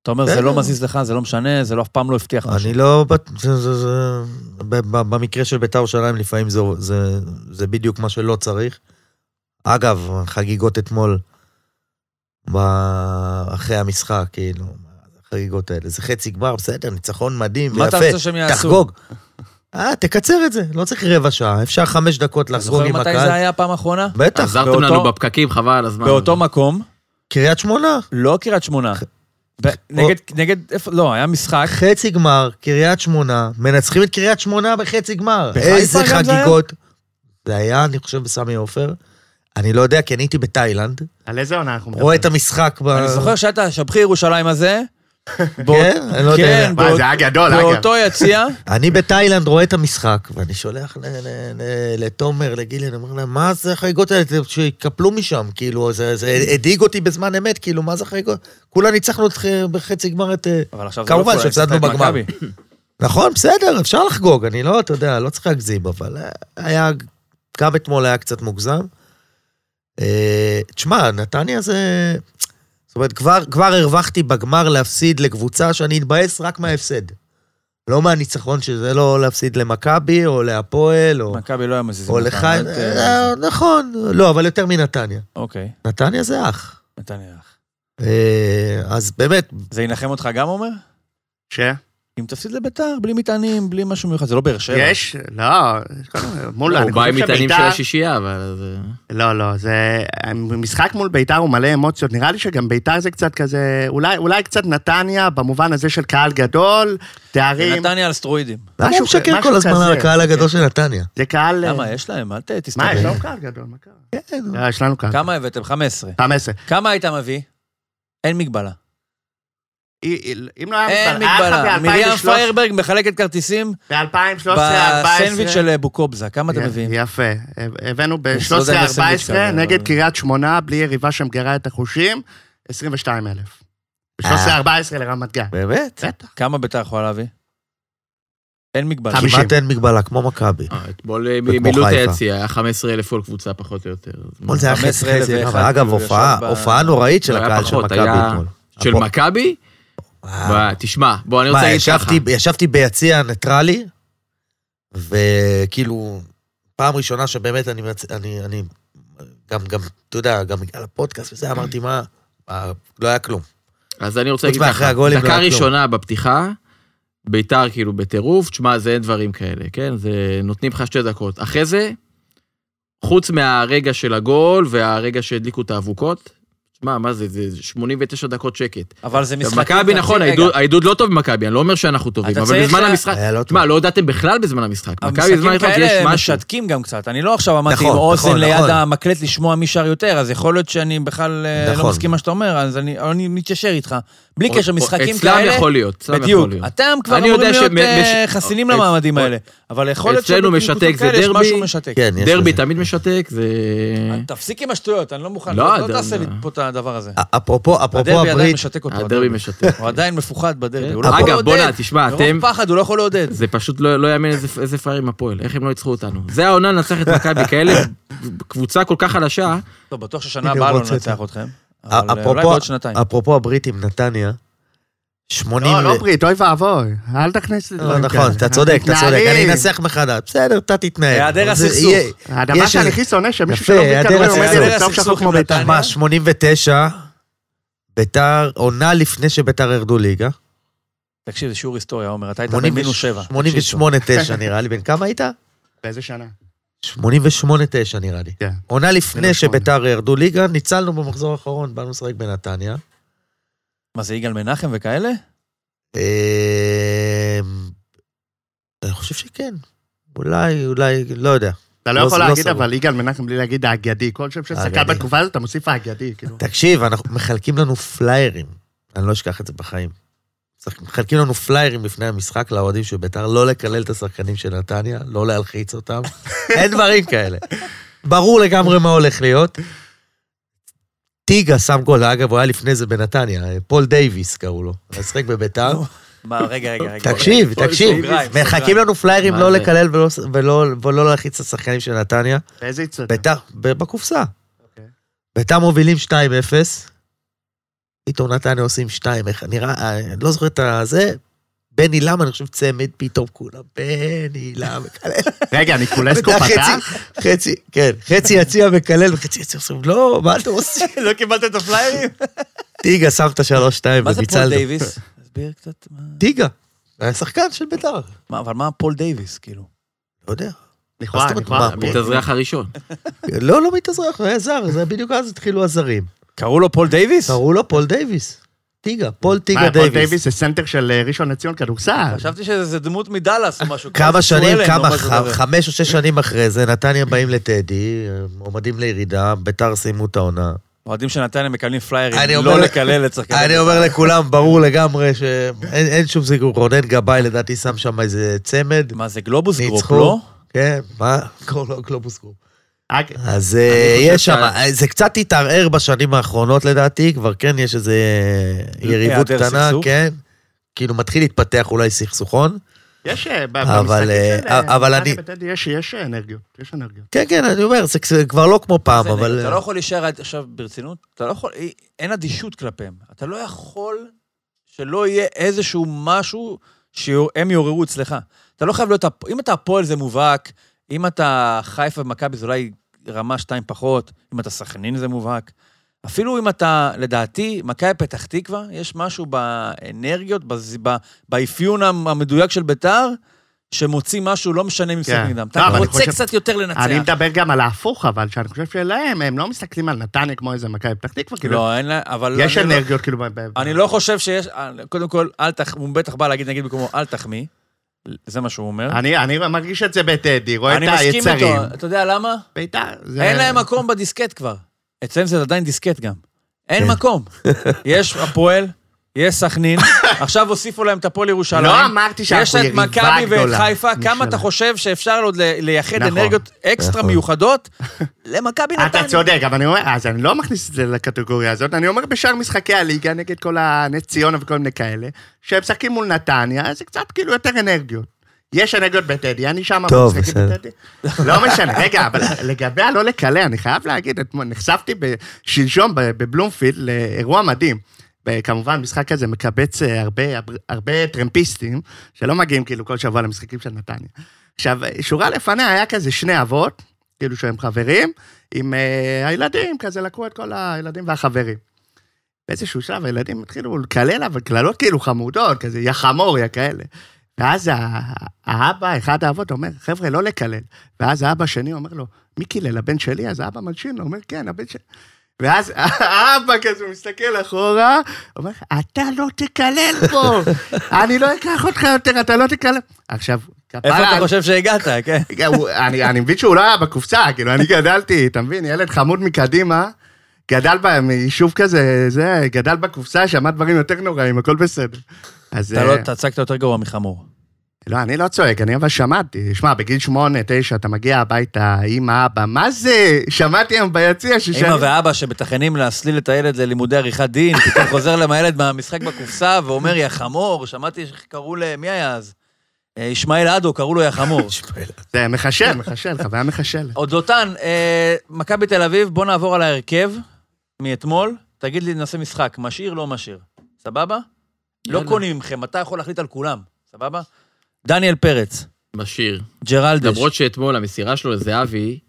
אתה אומר, זה
בסדר.
לא מזיז לך, זה לא משנה, זה לא אף פעם לא הבטיח משהו.
אני לא... בט- זה- זה- זה- ב- ב- במקרה של בית"ר ירושלים לפעמים זה- זה- זה בדיוק מה שלא צריך. אגב, חגיגות אתמול, ב- אחרי המשחק, כאילו, החגיגות האלה, זה חצי גמר, בסדר, ניצחון מדהים
מה אתה
ויפה,
רוצה שהם יעשו?
תחגוג. אה, תקצר את זה, לא צריך רבע שעה, אפשר חמש דקות
אתה
לחגוג
זוכר
עם
מתי זה
הקהל.
היה הפעם האחרונה?
לא,
בטח,
עזרתם
באותו-
לנו בפקקים, חבל על הזמן.
באותו מקום,
קריית שמונה.
לא קריית שמונה. ב- נגד, נגד, איפה- לא, היה משחק.
חצי גמר, קריית שמונה, מנצחים את קריית שמונה בחצי גמר.
בחיפה
איזה
גם זה
חגיגות. זה היה, אני חושב, בסמי עופר. אני לא יודע, כי אני הייתי בתאילנד,
על איזה עונה אנחנו
רואה את המשחק ב...
אני זוכר שהיה את השבחי ירושלים הזה. בוא-
כן? אני לא יודע.
כן,
וואי,
באות-
זה היה גדול, אגב.
באותו יציע.
אני בתאילנד רואה את המשחק, ואני שולח ל- ל- ל- לתומר, לגילי, אני אומר להם, מה זה החגיגות האלה? שיקפלו משם, כאילו, זה זה הדאיג אותי בזמן אמת, כאילו, מה זה החגיגות? כולה ניצחנו את ח- בחצי גמר את... אה,
אבל עכשיו זה לא
כמובן
כולה,
שהפסדנו
הפסדת את
בגמר.
מכבי.
נכון, בסדר, אפשר לחגוג, אני לא, אתה יודע, לא צריך להגזים, אבל אה, היה, גם אתמול היה קצת מוגזם. אה, תשמע, נתניה זה... זאת אומרת, כבר, כבר הרווחתי בגמר להפסיד לקבוצה שאני אתבאס רק מההפסד. לא מהניצחון שזה לא להפסיד למכבי או להפועל או,
מכבי לא היה מזיז.
או
אותם,
לחיים.
באמת, אה,
אה, נכון, לא, אבל יותר מנתניה.
אוקיי,
נתניה זה אח.
נתניה. אח.
אה, אז באמת,
זה ינחם אותך גם, עומר?
ש?
אם תפסיד לביתר, בלי מטענים, בלי משהו מיוחד, זה לא באר שבע.
יש? לא, מול,
הוא
אני
בא עם
חושב
מטענים של
שביתר...
השישייה, אבל זה...
לא, לא, זה... משחק מול ביתר הוא מלא אמוציות. נראה לי שגם ביתר זה קצת כזה... אולי, אולי קצת נתניה, במובן הזה של קהל גדול, תארים.
נתניה על סטרואידים.
למה הוא
משהו כ-
לא משקר
משהו
כל הזמן
כזה. כן.
על הקהל הגדול של נתניה?
זה קהל...
למה, יש להם? אל ת- תסתכל.
מה, יש לנו קהל גדול, מה קרה?
כן,
לא, יש לנו קהל.
כמה הבאתם? 15.
15.
כמה היית מביא? אין מגבלה.
אם לא היה
אין
מגבלה,
מגבלה.
היה לך
מרים
ב-2013,
פיירברג מחלקת כרטיסים בסנדוויץ'
ב-2013-2014.
של בוקובזה. כמה אתם מביאים?
יפה. הבאנו
לא יודע אם זה סנדוויץ'
ב-13-14
כזה, אבל-
נגד קריית שמונה, בלי יריבה שמגרה את החושים, 22,000.
אה.
ב-13-14 לרמת גן.
באמת?
בטח.
כמה ביתר יכולה להביא? אין מגבלה.
חמישים.
כמעט אין מגבלה, כמו מכבי.
אה, אתמול אה,
וכמו
מילאו את
חיפה.
היציע, היה 15,000 כל קבוצה, פחות או יותר.
אתמול זה היה
15,000
חצי חצי,
ואחד,
אבל אגב,
כאילו,
הופעה,
ישב ב-
הופעה נוראית של
לא, היה
הקהל של
פחות,
מכבי
היה-
אתמול.
של
הפועל-
מכבי?
וואו.
ב- תשמע, בוא, אני
מה,
רוצה להגיד ככה.
ישבתי, ישבתי ביציע ניטרלי, וכאילו, פעם ראשונה שבאמת אני, מצ- אני, אני גם, גם, אתה יודע, גם בגלל הפודקאסט וזה, אמרתי, מה, מה, לא היה כלום.
אז אני רוצה
חוץ
להגיד
מאחרי
ככה,
הגולים לא
דקה
היה כלום.
ראשונה בפתיחה, ביתר כאילו בטירוף, תשמע, זה אין דברים כאלה, כן? זה נותנים לך שתי דקות. אחרי זה, חוץ מהרגע של הגול והרגע שהדליקו את האבוקות, תשמע, מה זה, זה 89 דקות שקט.
אבל זה משחק...
מכבי,
עם
נכון,
תקציב-
העידוד-
רגע,
העידוד לא טוב במכבי, אני לא אומר שאנחנו טובים,
אתה
אבל
צריך
בזמן
לה-
המשחק...
היה לא טוב.
תשמע, לא הודעתם בכלל בזמן המשחק. מכבי בזמן
המשחקים
המשחק יש
כאלה
משהו.
משתקים גם קצת. אני לא עכשיו עמדתי עם
נכון,
אוזן
נכון,
ליד
נכון.
המקלט לשמוע מי שר יותר, אז יכול להיות שאני בכלל אה, לא
נכון.
מסכים מה שאתה אומר, אז אני אבל אני מתיישר איתך. בלי
או-
קשר,
או-
משחקים
אצלם
כאלה...
יכול להיות, אצלם
בדיוק.
יכול להיות.
אתם כבר
אני
אמורים
יודע
להיות
שמ-
אה,
מש-
חסינים
או-
למעמדים
או-
האלה. אבל יכול להיות
אצלנו
שבקבוצות
משתק זה
כאלה יש
דרבי.
משהו משתק. אה,
כן, יש
דרבי
לזה.
תמיד משתק, זה...
תפסיק עם השטויות, אני לא מוכן.
לא,
לא לא
אדם-
תעשה לי פה את הדבר הזה.
אפרופו, אפרופו
הדרבי עדיין
הברית,
משתק אותו.
הדרבי משתק.
הוא עדיין מפוחד בדרבי. הוא לא יכול
אגב,
לעודד.
בואנה, תשמע, אתם...
מרוב פחד הוא לא יכול לעודד.
זה פשוט לא לא יאמן איזה- איזה פראיירים הפועל, איך הם לא ניצחו אותנו. זה העונה לנצח את מכבי כאלה, קבוצה כל כך חלשה,
טוב, בטוח ששנה
הנה, הוא
הבאה לא
רוצה את זה.
ננצח אתכם. אבל אה, אולי
אפרופו,
בעוד שנתיים.
אפרופו הברית עם נתניה, 80...
לא, כן. לא
ו-
ברית, אוי ואבוי. אל תכניס לי
לא,
דברים
נכון,
כאלה.
אתה צודק, אתה צודק,
מתנהלים.
אני אנסח מחדש, בסדר, אתה תתנהל.
היעדר
זה
הסכסוך.
יהיה-
הדבר
יש
שאני
איזה-
הכי שונא, שמישהו
יפה,
שלא מבין
היעדר
כדורגל
הסכסוך.
עומד
היעדר
לצעוק
הסכסוך
שאנחנו כמו
עם
בית"ר.
נתניה.
מה, 89, ביתר, עונה לפני שביתר ירדו ליגה.
תקשיב, זה שיעור היסטוריה, עומר, אתה היית
80
במינוס שבע. אה, תקשיב טוב.
88-9 נראה לי, בן כמה היית?
באיזה שנה?
88-9 נראה לי.
כן.
עונה לפני
88.
שביתר ירדו ליגה, ניצלנו במחזור האחרון, באנו לשחק בנתניה.
מה זה, יגאל מנחם וכאלה?
אמ, אני חושב שכן. אולי, אולי, לא יודע.
אתה לא
לא-
יכול
לא
להגיד,
סגור.
אבל יגאל מנחם בלי להגיד האגדי. כל שם של שחקן
האגדי.
בתקופה הזאת, אתה מוסיף האגדי, כאילו.
תקשיב, אנחנו מחלקים לנו פליירים. אני לא אשכח את זה בחיים. משחק- מחלקים לנו פליירים לפני המשחק לאוהדים של ביתר, לא לקלל את השחקנים של נתניה, לא להלחיץ
*laughs*
אותם. אין דברים כאלה. ברור לגמרי מה הולך להיות. טיגה שם גול, אגב, הוא היה לפני זה בנתניה, פול דייוויס קראו לו. הוא משחק בביתר.
לא,
מה, רגע, רגע, רגע.
*laughs* תקשיב,
בוא,
תקשיב,
סוגריים,
מחכים
סוגריים.
לנו פליירים
מה
לא
זה?
לקלל ולא- ולא- ולא להלחיץ את השחקנים של נתניה.
באיזה הצטדק?
ביתר, ב- בקופסה.
אוקיי.
ביתר מובילים 2-0, פתאום נתניה עושים 2, איך- נראה, אה, אני לא זוכר את הזה, בני למה, אני חושב צמד, פתאום כולם, בני למה,
רגע, ניקולסקו פתח?
חצי, חצי, כן, חצי יציע מקלל וחצי יציע עושים, לא, מה אתם
*laughs*
עושים?
*laughs* לא קיבלת
*laughs*
את הפליירים?
טיגה שם את השלוש-שתיים
מה זה פול
וניצלנו. *laughs*
דייוויס? תסביר קצת. מה-
טיגה, היה שחקן של ביתר,
מה, אבל מה פול דייוויס, כאילו?
לא יודע.
לכאורה,
מה זאת אומרת,
לכאורה.
מה,
המתאזרח הראשון.
לא, לא מתאזרח, הוא היה זר, זה בדיוק אז התחילו הזרים.
קראו לו פול דייוויס?
קראו לו פול דייוויס. טיגה, פול טיגה
מה, פול
דייוויס.
דייוויס זה סנטר של אה, ראשון לציון כדורסל.
חשבתי שזה דמות מדאלאס או משהו.
כמה
כמו
שנים,
סואלן או
כמה,
משהו
ח-
כזה.
חמש או שש שנים אחרי זה, נתניה באים לטדי, מועמדים לירידה, ביתר סיימו את העונה.
אוהדים של נתניה מקבלים פליירים,
אני
לא
אומר-
לקלל את שחקנים.
אני אומר לכולם, ברור לגמרי שאין אין שום זיגור. רונן גבאי לדעתי שם שם איזה צמד,
מה זה, גלובוס גרופ,
ניצחו.
לא?
כן, מה? קור- לא, גלובוס גרופ.
אג-
אז אה,
חושב
יש שם,
שה-
אה, זה קצת התערער בשנים האחרונות לדעתי, כבר כן יש איזה יריבות
היעדר
קטנה,
סכסוך?
כן. כאילו מתחיל להתפתח אולי סכסוכון.
יש, אה, ב-
אבל,
במשחקים
אה,
של, אה,
אבל
נתניה
אני-
וטדי יש- יש אנרגיות, יש אנרגיות.
כן, כן, אני אומר, זה זה כבר לא כמו פעם,
זה נגד.
אבל...
אתה לא יכול להישאר עד עכשיו ברצינות, אתה לא יכול, אי- אין אדישות כלפיהם. אתה לא יכול שלא יהיה איזשהו משהו שהם יעוררו אצלך. אתה לא חייב להיות, הפ- אם אתה הפועל זה מובהק, אם אתה חיפה ומכבי זה אולי רמה שתיים פחות, אם אתה סכנין זה מובהק. אפילו אם אתה, לדעתי, מכבי פתח תקווה, יש משהו באנרגיות, בז- ב- באפיון המ- המדויק של ביתר, שמוציא משהו, לא משנה אם משחק
כן.
נגדם.
לא,
אתה
אבל אני
רוצה
חושב-
קצת יותר לנצח.
אני מדבר גם על ההפוך, אבל שאני חושב שלהם, הם לא מסתכלים על נתניה כמו איזה מכבי פתח תקווה, כאילו,
לא, אין לה, אבל...
יש
אני לא-
אנרגיות, כאילו, ב- ב-
אני לא חושב שיש, קודם כל, אל תח... הוא בטח בא להגיד, נגיד במקומו, אל תחמיא, זה מה שהוא אומר.
אני אני מרגיש את זה בטדי, רואה את
אני מסכים
היצרים. כן.
איתו, אתה יודע למה?
בית"ר, זה- לא
אין להם מקום בדיסקט כבר. אצלם זה עדיין דיסקט גם.
כן.
אין מקום. יש הפועל, יש
*laughs*
סכנין, עכשיו הוסיפו להם את הפועל ירושלים.
לא אמרתי שאנחנו יריבה
יש את מכבי ואת
גדולה
חיפה, כמה
משלהם.
אתה חושב שאפשר עוד ל- לייחד
נכון.
אנרגיות אקסטרה
נכון.
*laughs*
מיוחדות למכבי נתניה.
אתה צודק, אבל אני אומר, אז אני לא מכניס את זה לקטגוריה הזאת, אני אומר בשאר משחקי הליגה נגד כל הנס ציונה וכל מיני כאלה, שהם משחקים מול נתניה, אז זה קצת כאילו יותר אנרגיות. יש אנרגיות בטדי, אני שם
טוב,
משחקים
בסדר.
בטדי. לא משנה, רגע, אבל לגבי הלא לקלע, אני חייב להגיד, אתמול נחשפתי ב- שלשום ב- בבלומפילד לאירוע מדהים. כמובן, משחק כזה מקבץ אה, הרבה, הרבה טרמפיסטים, שלא מגיעים כאילו כל שבוע למשחקים של נתניה. עכשיו, שורה לפניה היה כזה שני אבות, כאילו שהם חברים, עם אה, הילדים, כזה לקחו את כל הילדים והחברים. באיזשהו שלב הילדים התחילו לקלל, אבל קללות כאילו חמודות, כזה יא חמור, יא כאלה. ואז ה- האבא, אחד האבות, אומר, חבר'ה, לא לקלל. ואז האבא השני אומר לו, מי קילל, הבן שלי? אז האבא מלשין לו, אומר, כן, הבן שלי. ואז *laughs* האבא כזה מסתכל אחורה, אומר, אתה לא תקלל פה, אני לא אקח אותך יותר, אתה לא תקלל. עכשיו,
איפה
כפרה
אתה
על
חושב שהגעת, כן?
רגע, הוא- אני אני מבין שהוא לא היה בקופסה, כאילו, אני גדלתי, אתה מבין, ילד חמוד מקדימה, גדל ב- מיישוב כזה, זה, גדל בקופסה, שמע דברים יותר נוראים, הכל בסדר. אז...
אתה לא-
אה,
אתה צעקת יותר גרוע מחמור.
לא, אני לא צועק, אני אבל שמעתי. שמע, בגיל שמונה, תשע, אתה מגיע הביתה, אמא, אבא, מה זה? שמעתי היום ביציע שישה...
אמא ואבא שמתכננים להסליל את הילד ללימודי עריכת דין, *laughs* פתאום חוזר להם הילד מהמשחק בקופסה ואומר, יא חמור, שמעתי שקראו ל... מי היה אז? אה, ישמעאל עדו, קראו לו יא חמור.
זה מחשל, מחשל, חוויה מחשלת.
עוד דותן, אה, מכבי תל אביב, בוא נעבור על ההרכב מאתמול. תגיד לי, נעשה משחק, משאיר, לא משאיר. סבבה? לא
יאללה.
קונים מכם, אתה יכול להחליט על כולם, סבבה? דניאל פרץ,
בשיר.
ג'רלדש.
למרות שאתמול המסירה שלו לזהבי,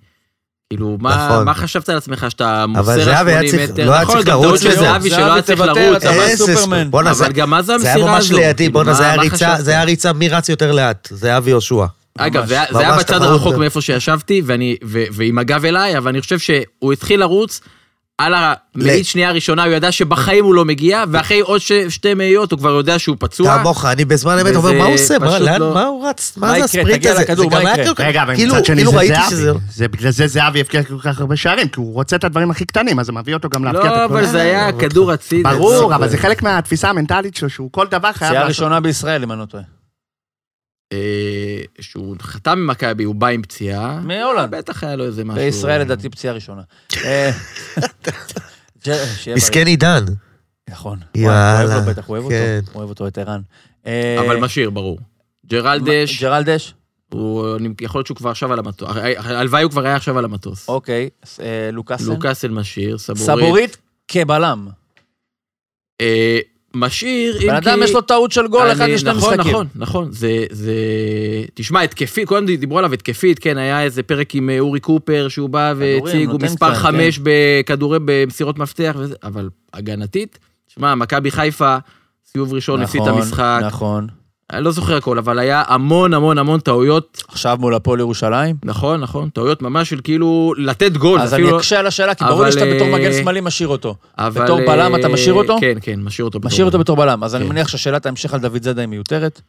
כאילו, מה,
נכון.
מה חשבת על עצמך שאתה מוסר
אבל
לה
זהבי היה
80
צריך-
מטר?
לא היה
נכון,
צריך
גם
לרוץ
טעות של
לזה.
זהבי שלא היה צריך
תוותר,
לרוץ,
אתה
אבל-
איזה
סופרמן.
ספורט. בואנה,
אבל גם מה זה
זה
המסירה
היה
הזו?
ממש לידי,
כאילו,
בואנה,
מה-
זה היה
מה
ריצה,
חשבת?
זה היה ריצה מי רץ יותר לאט, זהבי יהושע.
אגב,
ממש,
זה היה- זה היה
ממש
בצד
תחרות.
הרחוק מאיפה שישבתי, ואני- ו- ועם הגב אליי, אבל אני חושב שהוא התחיל לרוץ. על המאית שנייה הראשונה, הוא ידע שבחיים הוא לא מגיע, ואחרי עוד ש- שתי מאיות הוא כבר יודע שהוא פצוע.
כמוך, אני בזמן אמת אומר,
וזה
מה הוא עושה? מה,
פשוט
לאן,
לא-
מה הוא רץ?
מה
מה זה
יקרה?
הספרינט
תגיע
הזה?
לכדור,
זה
מה
גם היה
יקרה?
כאילו-
רגע, אבל
כאילו-
מצד שני
כאילו
זה
ראיתי
זהבי.
שזה...
זה בגלל זה זהבי הבקיע כל כך הרבה שערים, כי הוא רוצה את הדברים הכי קטנים, אז זה מביא אותו גם להבקיע את
לא,
הדברים.
אבל
אה,
זה היה כדור אה, הצידה.
ברור, אבל זה חלק מהתפיסה המנטלית שלו, שהוא כל דבר חייב
סיעה
לעשות.
ראשונה בישראל, אם אני לא טועה.
אה, שהוא חתם ממכבי, הוא בא עם פציעה.
מהולנד.
בטח היה לו איזה משהו.
בישראל לדעתי פציעה ראשונה. אה, *laughs* ג'ר- שיהיה בריא.
מסכן עידן.
נכון.
יאללה,
יאללה. הוא אוהב לו בטח, הוא אוהב אותו.
כן.
הוא אוהב אותו, את ערן. אה,
אבל משאיר, ברור. ג'רלדש,
ג'רלדש,
הוא- אני- יכול להיות שהוא כבר עכשיו על המטוס. הלוואי הוא כבר היה עכשיו על המטוס.
אוקיי. ס- אה, לוקאסן.
לוקאסל משאיר, סבורית.
סבורית כבלם.
אה, משאיר, אם
בן אדם יש לו טעות של גול אחד
אני-
לשני
נכון,
משחקים.
נכון, נכון, זה, זה... תשמע, התקפי, קודם דיברו עליו התקפית, כן, היה איזה פרק עם אה, אורי קופר, שהוא בא
כדורים,
והציג, הוא
נותן כן.
מספר
כבר,
חמש בכדורי, במסירות מפתח, וזה, אבל הגנתית, שמע, מכבי חיפה, סיבוב ראשון, הפסיד לא את
נכון,
המשחק,
נכון.
אני לא זוכר הכל, אבל היה המון המון המון טעויות,
עכשיו מול הפועל ירושלים.
נכון, נכון, טעויות ממש של כאילו לתת גול,
אז
אפילו
אני
לא-
אקשה על השאלה, כי ברור לי
אבל,
שאתה בתור
אה,
מגן שמאלי משאיר אותו.
אבל,
בתור בלם אתה
אה,
משאיר אותו?
כן, כן, משאיר אותו בתור
משאיר אותו
בלם.
בתור בלם. אז אני
כן.
מניח ששאלת ההמשך על דוד זאדה היא מיותרת.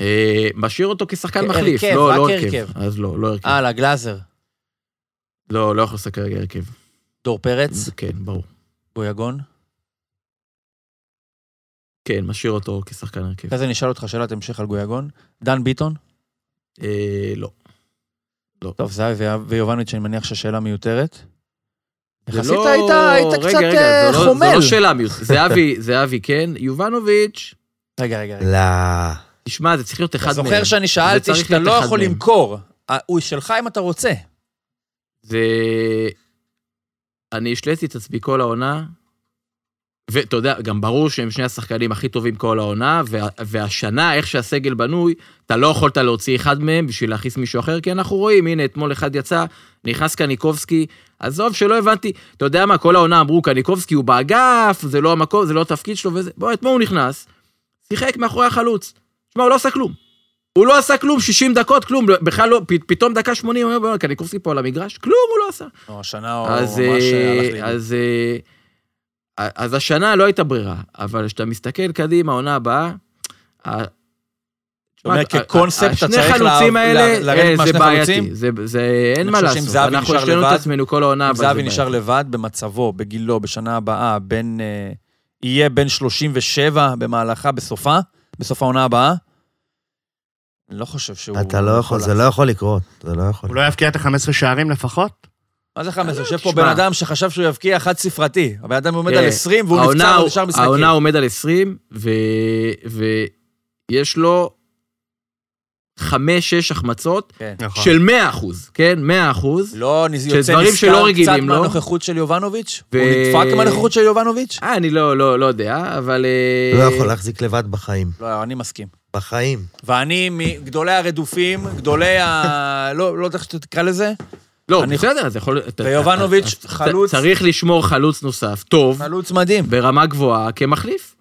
אה, משאיר אותו כשחקן
כהרכב,
מחליף,
רק אה.
לא, לא
כהרכב.
הרכב. אז לא, לא הרכב.
הלאה, גלאזר.
לא, לא יכול לשחק כרגע הרכב.
דור פרץ.
זה כן, ברור.
בויגון.
כן, משאיר אותו כשחקן הרכב.
אחרי זה נשאל אותך שאלת המשך על גויגון. דן ביטון.
אה, לא. לא.
טוב, זהבי ויה- ויובנוביץ', אני מניח שהשאלה מיותרת.
זה
יחסית
לא-
היית, היית
רגע,
קצת
רגע,
אה,
זה לא-
חומל. *laughs*
זה לא שאלה מיוס. זהבי, זהבי כן, יובנוביץ',
רגע, רגע, רגע.
לא.
תשמע, זה צריך להיות אחד
אתה
מהם.
זוכר שאני שאלתי
צריך
שאתה
להיות
לא
אחד
יכול
מהם.
למכור. אה, הוא שלך אם אתה רוצה.
זה... אני השליתי את עצמי כל העונה, ואתה יודע, גם ברור שהם שני השחקנים הכי טובים כל העונה, וה, והשנה, איך שהסגל בנוי, אתה לא יכולת להוציא אחד מהם בשביל להכניס מישהו אחר, כי אנחנו רואים, הנה, אתמול אחד יצא, נכנס קניקובסקי, עזוב שלא הבנתי, אתה יודע מה, כל העונה אמרו, קניקובסקי הוא באגף, זה לא המקום, זה לא התפקיד שלו וזה, בוא, אתמול הוא נכנס, שיחק מאחורי החלוץ. תשמע, הוא לא עשה כלום. הוא לא עשה כלום, 60 דקות, כלום, בכלל לא, פ- פתאום דקה 80, הוא אומר, קניקובסקי פה על המגרש, כלום הוא לא עשה.
לא, השנה הוא ממש
אז,
אה, הלך
אה,
לי.
אז, אה, אז השנה לא הייתה ברירה, אבל כשאתה מסתכל קדימה, העונה הבאה, ה-
זאת אומרת,
ה- ה-
כקונספט אתה
השני
צריך
חלוצים
לה-
האלה,
לה- לרדת
אה, זה
מהשני
בעייתי,
חלוצים.
זה, זה, אין
אני
מה
חושב שאם
לעשות,
זאבי
אנחנו
נשאר
השתנו את
לבד,
עצמנו כל העונה,
אם
אבל זה
זהבי נשאר
בעייתי.
לבד במצבו, בגילו, בשנה הבאה, בין... אה, יהיה בין 37 במהלכה בסופה, בסוף העונה הבאה. אני לא חושב שהוא...
אתה לא יכול, זה לא יכול לקרות, זה לא יכול.
הוא לא יבקיע את ה-15 שערים לפחות?
מה זה 15? יושב פה
לא, תשמע.
בן אדם שחשב שהוא יבקיע חד ספרתי. הבן אדם עומד
תראה,
על 20 והוא נפצע
העונה הוא-
ונשאר משחקים.
העונה עומד על 20, ו- ויש לו חמש-שש החמצות
כן.
נכון.
של 100%, כן? 100%.
לא, אני
של
יוצא
דברים שלא
נזכר קצת
רגילים לו.
מהנוכחות של יובנוביץ'.
ו-
הוא נדפק מהנוכחות של יובנוביץ'.
אה, אני לא, לא, לא יודע, אבל... אה,
לא יכול להחזיק לבד בחיים.
לא, אני מסכים.
בחיים.
ואני מגדולי הרדופים, גדולי ה... לא לא יודע איך שתקרא לזה.
לא,
אני-
בסדר, זה יכול... אתה-
ויובנוביץ',
אתה-
חלוץ-
צריך לשמור חלוץ נוסף, טוב,
חלוץ מדהים.
ברמה גבוהה, כמחליף.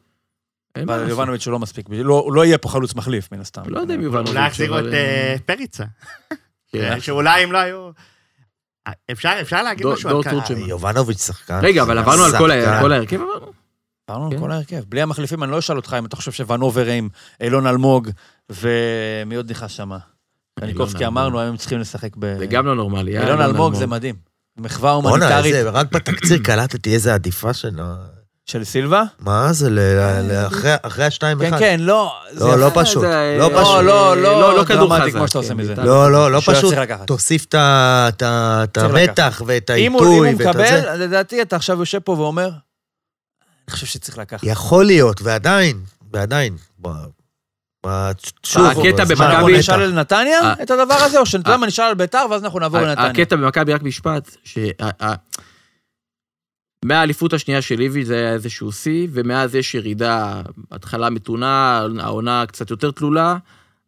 אין מה
אבל
לעשות.
יובנוביץ' הוא לא מספיק, לא- הוא לא יהיה פה חלוץ מחליף, מן הסתם.
לא יודע אם יובנוביץ'.
אולי יחזירו את
אבל,
אה, *laughs* פריצה.
כן.
שאולי אם לא היו... אה, אפשר אפשר להגיד
דור-
משהו
דור
על קהל.
תורג'מן.
יובנוביץ' שחקן.
כן. רגע, אבל עברנו על כל ה-
שחקן.
כל ההרכב, עברנו?
אה, דיברנו על
כן.
כל ההרכב. בלי המחליפים, אני לא אשאל אותך אם אתה חושב שוון אוברים, אילון אלמוג, ומי עוד נכנס שמה? קניקובסקי
אלמוג.
אמרנו, היום הם צריכים לשחק ב...
זה גם לא נורמלי. אה,
אילון אלמוג זה מדהים. מחווה
בואנה,
הומניטרית
איזה- רק בתקציר קלטתי איזה עדיפה שלו.
של סילבה.
מה זה, ל- ל- אחרי- אחרי השתיים
כן,
אחד.
כן, לא. זה
לא,
יפה.
לא פשוט.
זה-
לא
לא,
פשוט.
לא, לא,
לא
לא כדור
דרמטי
חזק.
כמו שאתה עושה מזה.
לא, לא, לא
שהוא היה
פשוט.
צריך לקחת.
תוסיף את ה- את ה- את
צריך
המתח ואת
אם הוא אם
העיתוי
הוא
ואת זה.
מקבל, לדעתי אתה עכשיו יושב פה ואומר, אני חושב שצריך לקחת.
יכול להיות, ועדיין, ועדיין. ב- ב- שוב,
הקטע
זה-
במכבי-
אנחנו
מתח.
נשאל על נתניה
אה.
את הדבר הזה, או שאתה יודע
אה.
מה, נשאל על ביתר, ואז אנחנו נעבור
ה-
לנתניה.
הקטע במכבי, רק משפט, שה- ה- מהאליפות השנייה של איביץ' זה היה איזשהו שיא, ומאז יש ירידה, התחלה מתונה, העונה קצת יותר תלולה,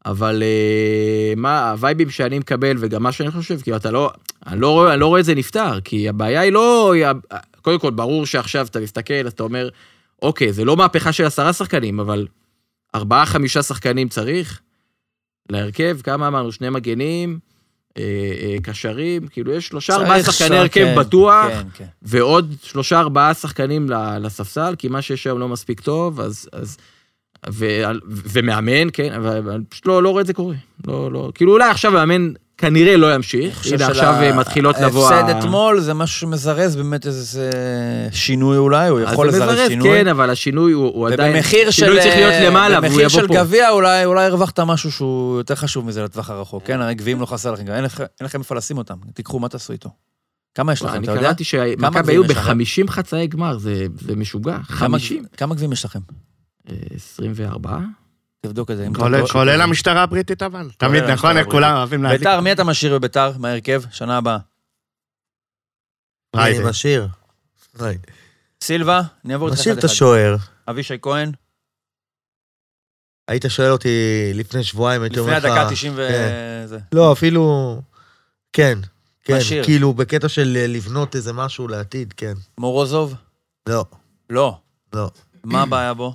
אבל אה, מה, הווייבים שאני מקבל וגם מה שאני חושב, כאילו, אתה לא, אני לא, רואה- אני לא רואה את זה נפתר, כי הבעיה היא לא, היא ה- קודם כל, ברור שעכשיו אתה מסתכל, אז אתה אומר, אוקיי, זה לא מהפכה של עשרה שחקנים, אבל ארבעה, חמישה שחקנים צריך להרכב, כמה אמרנו? שני מגנים, אה, אה, קשרים, כאילו, יש שלושה, ארבעה
צריך
שחקני
שם,
הרכב
כן,
בטוח.
כן, כן.
ועוד שלושה ארבעה שחקנים ל- לספסל, כי מה שיש היום לא מספיק טוב, אז... אז ו, ו, ומאמן, כן, אבל אבל פשוט לא, לא רואה את זה קורה. לא, לא, כאילו אולי עכשיו המאמן כנראה לא ימשיך,
חושב
הנה
של
עכשיו
ה-
אה, מתחילות לבוא... ה-
ההפסד אתמול זה משהו שמזרז באמת איזה שינוי אולי, הוא
אז
יכול
אה, זה
לזרז
מזרז,
שינוי.
כן, אבל השינוי הוא, הוא עדיין...
ובמחיר של... אה,
שינוי צריך להיות למעלה, והוא
במחיר
יבוא
של
פה.
גביע אולי, אולי הרווחת משהו שהוא יותר חשוב מזה לטווח הרחוק. כן, הרי גביעים לא חסר לכם, גם אין, לכ- אין לכם איפה לשים אותם. תיקחו, מה תעשו איתו? כמה יש
וואי,
לכם,
אני
אתה יודע?
קראתי שמכבי היו
גביעים יש לכם?
ב-50 חצאי גמר, זה, זה משוגע.
כמה-
50?
כמה גביעים יש לכם?
אה, 24?
תבדוק את זה. אם אתה
כולל-
טועה.
כולל המשטרה הבריטית אבל. תמיד,
המשטרה
נכון?
הבריטית.
כולם אוהבים להדליק.
ביתר, מי אתה משאיר בביתר מההרכב? שנה הבאה.
אני
רייטן.
משאיר. רייטן.
סילבה, אני אעבור איתך
משאיר
אחד
את
אחד.
השוער.
אבישי כהן,
היית שואל אותי לפני שבועיים, הייתי אומר
לפני
לך...
הדקה 90 ו...
כן.
זה.
לא, אפילו... כן, כן.
משאיר.
כאילו, בקטע של אה, לבנות איזה משהו לעתיד, כן.
מורוזוב?
לא,
לא.
לא.
*clears throat*
מה הבעיה בו?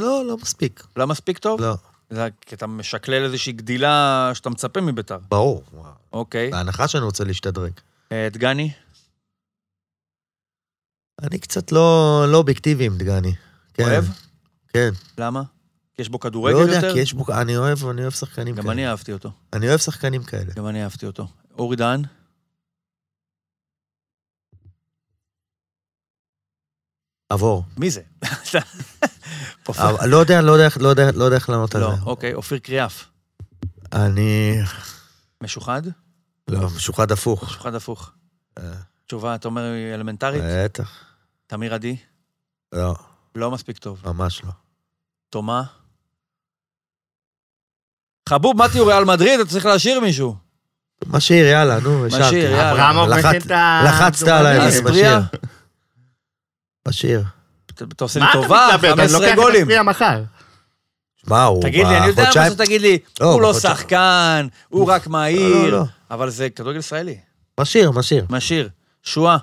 לא, לא מספיק.
לא מספיק טוב?
לא,
זה כי אתה משקלל איזושהי גדילה שאתה מצפה מביתר.
ברור.
אוקיי.
בהנחה שאני רוצה להשתדרג.
אה, דגני?
אני קצת לא לא אובייקטיבי עם דגני. כן,
אוהב?
כן.
למה? כי יש בו כדורגל
לא
יותר?
יודע, כי יש בו... אני אוהב, אני אוהב שחקנים
גם אני
כאלה.
אהבתי אותו.
אני אוהב שחקנים כאלה.
גם אני אהבתי אותו. אורי דהן?
עבור.
מי זה? *laughs*
אבל לא יודע, לא יודע איך- לא יודע- לא יודע איך לענות על
לא,
זה.
אוקיי, אופיר קריאף.
אני...
משוחד?
לא, משוחד הפוך.
משוחד הפוך.
אה,
תשובה, אתה אומר, היא אלמנטרית?
בטח.
תמיר עדי?
לא,
לא מספיק טוב.
ממש לא.
תומה? חבוב, מתי הוא ריאל מדריד, אתה צריך להשאיר מישהו.
משאיר, יאללה, נו, השארתי.
משאיר, יאללה.
אברמוב
לחצ-
מכין את ה-
לחצת עליי,
אה,
אז
אספריה,
משאיר. משאיר.
אתה אתה עושה לי
מה אתה
טובה,
מתלבט? אני
15
לוקח את
גולים.
הספרייה מחר.
מה, הוא
תגיד לי, אני יודע מה
בחודשיים-
שאתה תגיד לי,
לא,
הוא לא
בחודשיים.
שחקן, הוא רק
לא,
מהיר,
לא.
אבל זה כדורגל ישראלי.
משאיר, משאיר,
משאיר. שואה,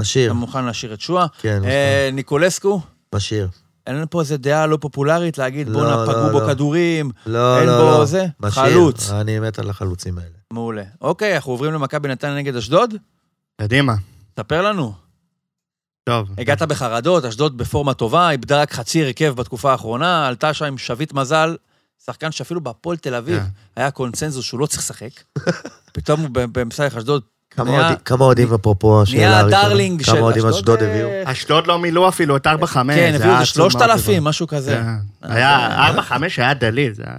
משאיר.
אתה מוכן להשאיר את שואה?
כן,
אמ, אה, ניקולסקו,
משאיר.
אין לנו פה איזה דעה לא פופולרית להגיד,
לא,
בואנה,
לא,
פגעו
לא.
בו כדורים,
לא,
אין
לא,
בו
לא.
זה?
משאיר.
חלוץ.
אני מת על החלוצים האלה.
מעולה. אוקיי, אנחנו עוברים למכבי נתניה נגד אשדוד?
קדימה.
ספר לנו.
טוב.
הגעת בחרדות, אשדוד בפורמה טובה, איבדה רק חצי הרכב בתקופה האחרונה, עלתה שם עם שביט מזל, שחקן שאפילו בהפועל תל אביב
כן.
היה קונצנזוס שהוא לא צריך לשחק. פתאום הוא במשחק אשדוד
כמה
נהיה-
אוהדים- כמה אוהדים, אפרופו השאלה
נהיה
הראשונה?
הדרלינג של
כמה אוהדים אשדוד
אה,
הביאו?
אשדוד לא מילאו אפילו את 4-5.
כן,
זה
הביאו
היה
איזה
עצוב מאוד
3,000, משהו כזה.
כן. היה 4-5 היה דליל, זה היה...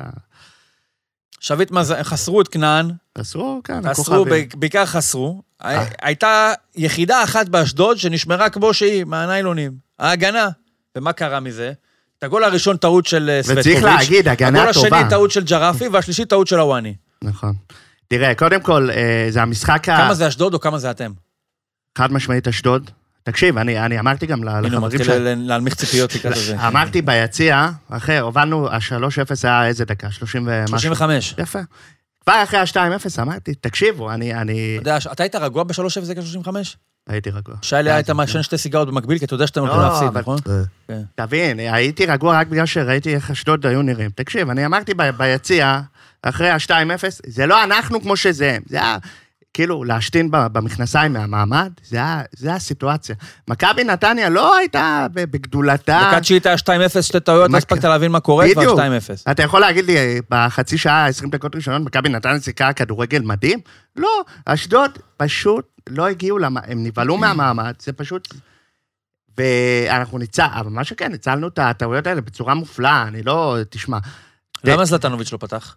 שביט מזל, חסרו את כנען,
אסרו, כן,
חסרו,
הכוכבים.
ב- בעיקר חסרו.
אה.
הי- הייתה יחידה אחת באשדוד שנשמרה כמו שהיא, מהניילונים. ההגנה. ומה קרה מזה? את הגול הראשון טעות של אה, סבטקוביץ'.
וצריך להגיד, הגנה
הגול
טובה.
השני טעות של ג'רפי, והשלישי טעות של הוואני.
נכון. תראה, קודם כל, אה, זה המשחק ה...
כמה זה אשדוד או כמה זה אתם?
חד משמעית אשדוד. תקשיב, אני אני אמרתי גם ל-
הנה, הוא
לחברים
מתחיל
שלי,
ל- להנמיך ציפיות לקראת הזה.
אמרתי ביציע, אחרי, הובלנו, ה-3-0 היה איזה דקה? 30 ומשהו.
35.
יפה. כבר אחרי ה-2-0 אמרתי, תקשיבו, אני, אני...
אתה יודע, אתה היית רגוע ב-3-0 דקה 35?
הייתי רגוע.
שי היה היית מעשן שתי סיגרות במקביל, כי אתה יודע שאתם הולכים
אה, כן. לא,
להפסיד,
אבל-
נכון?
אה,
תבין, הייתי רגוע רק בגלל שראיתי איך אשדוד היו נראים. תקשיב, אני אמרתי ב- ביציע, אחרי ה-2-0, זה לא אנחנו כמו שזה הם. זה היה כאילו להשתין ב- במכנסיים מהמעמד, זה היה, זה היה הסיטואציה. מכבי נתניה לא הייתה ב- בגדולתה.
דקה תשיעית היה 2-0, שתי טעויות, לא
אה. מה- כן.
הספקת להבין מה קורה, כבר
בדיוק.
2-0.
אתה יכול להגיד לי, אה, בחצי שעה, 20 דקות ראשונות, מכבי נתניה שיחקה כדורגל מדהים? לא, אשדוד פשוט לא הגיעו, למ... הם נבהלו מהמעמד, זה פשוט... ואנחנו ניצל, אבל מה שכן, ניצלנו את הטעויות האלה בצורה מופלאה, אני לא... תשמע,
למה זלטנוביץ' לא פתח?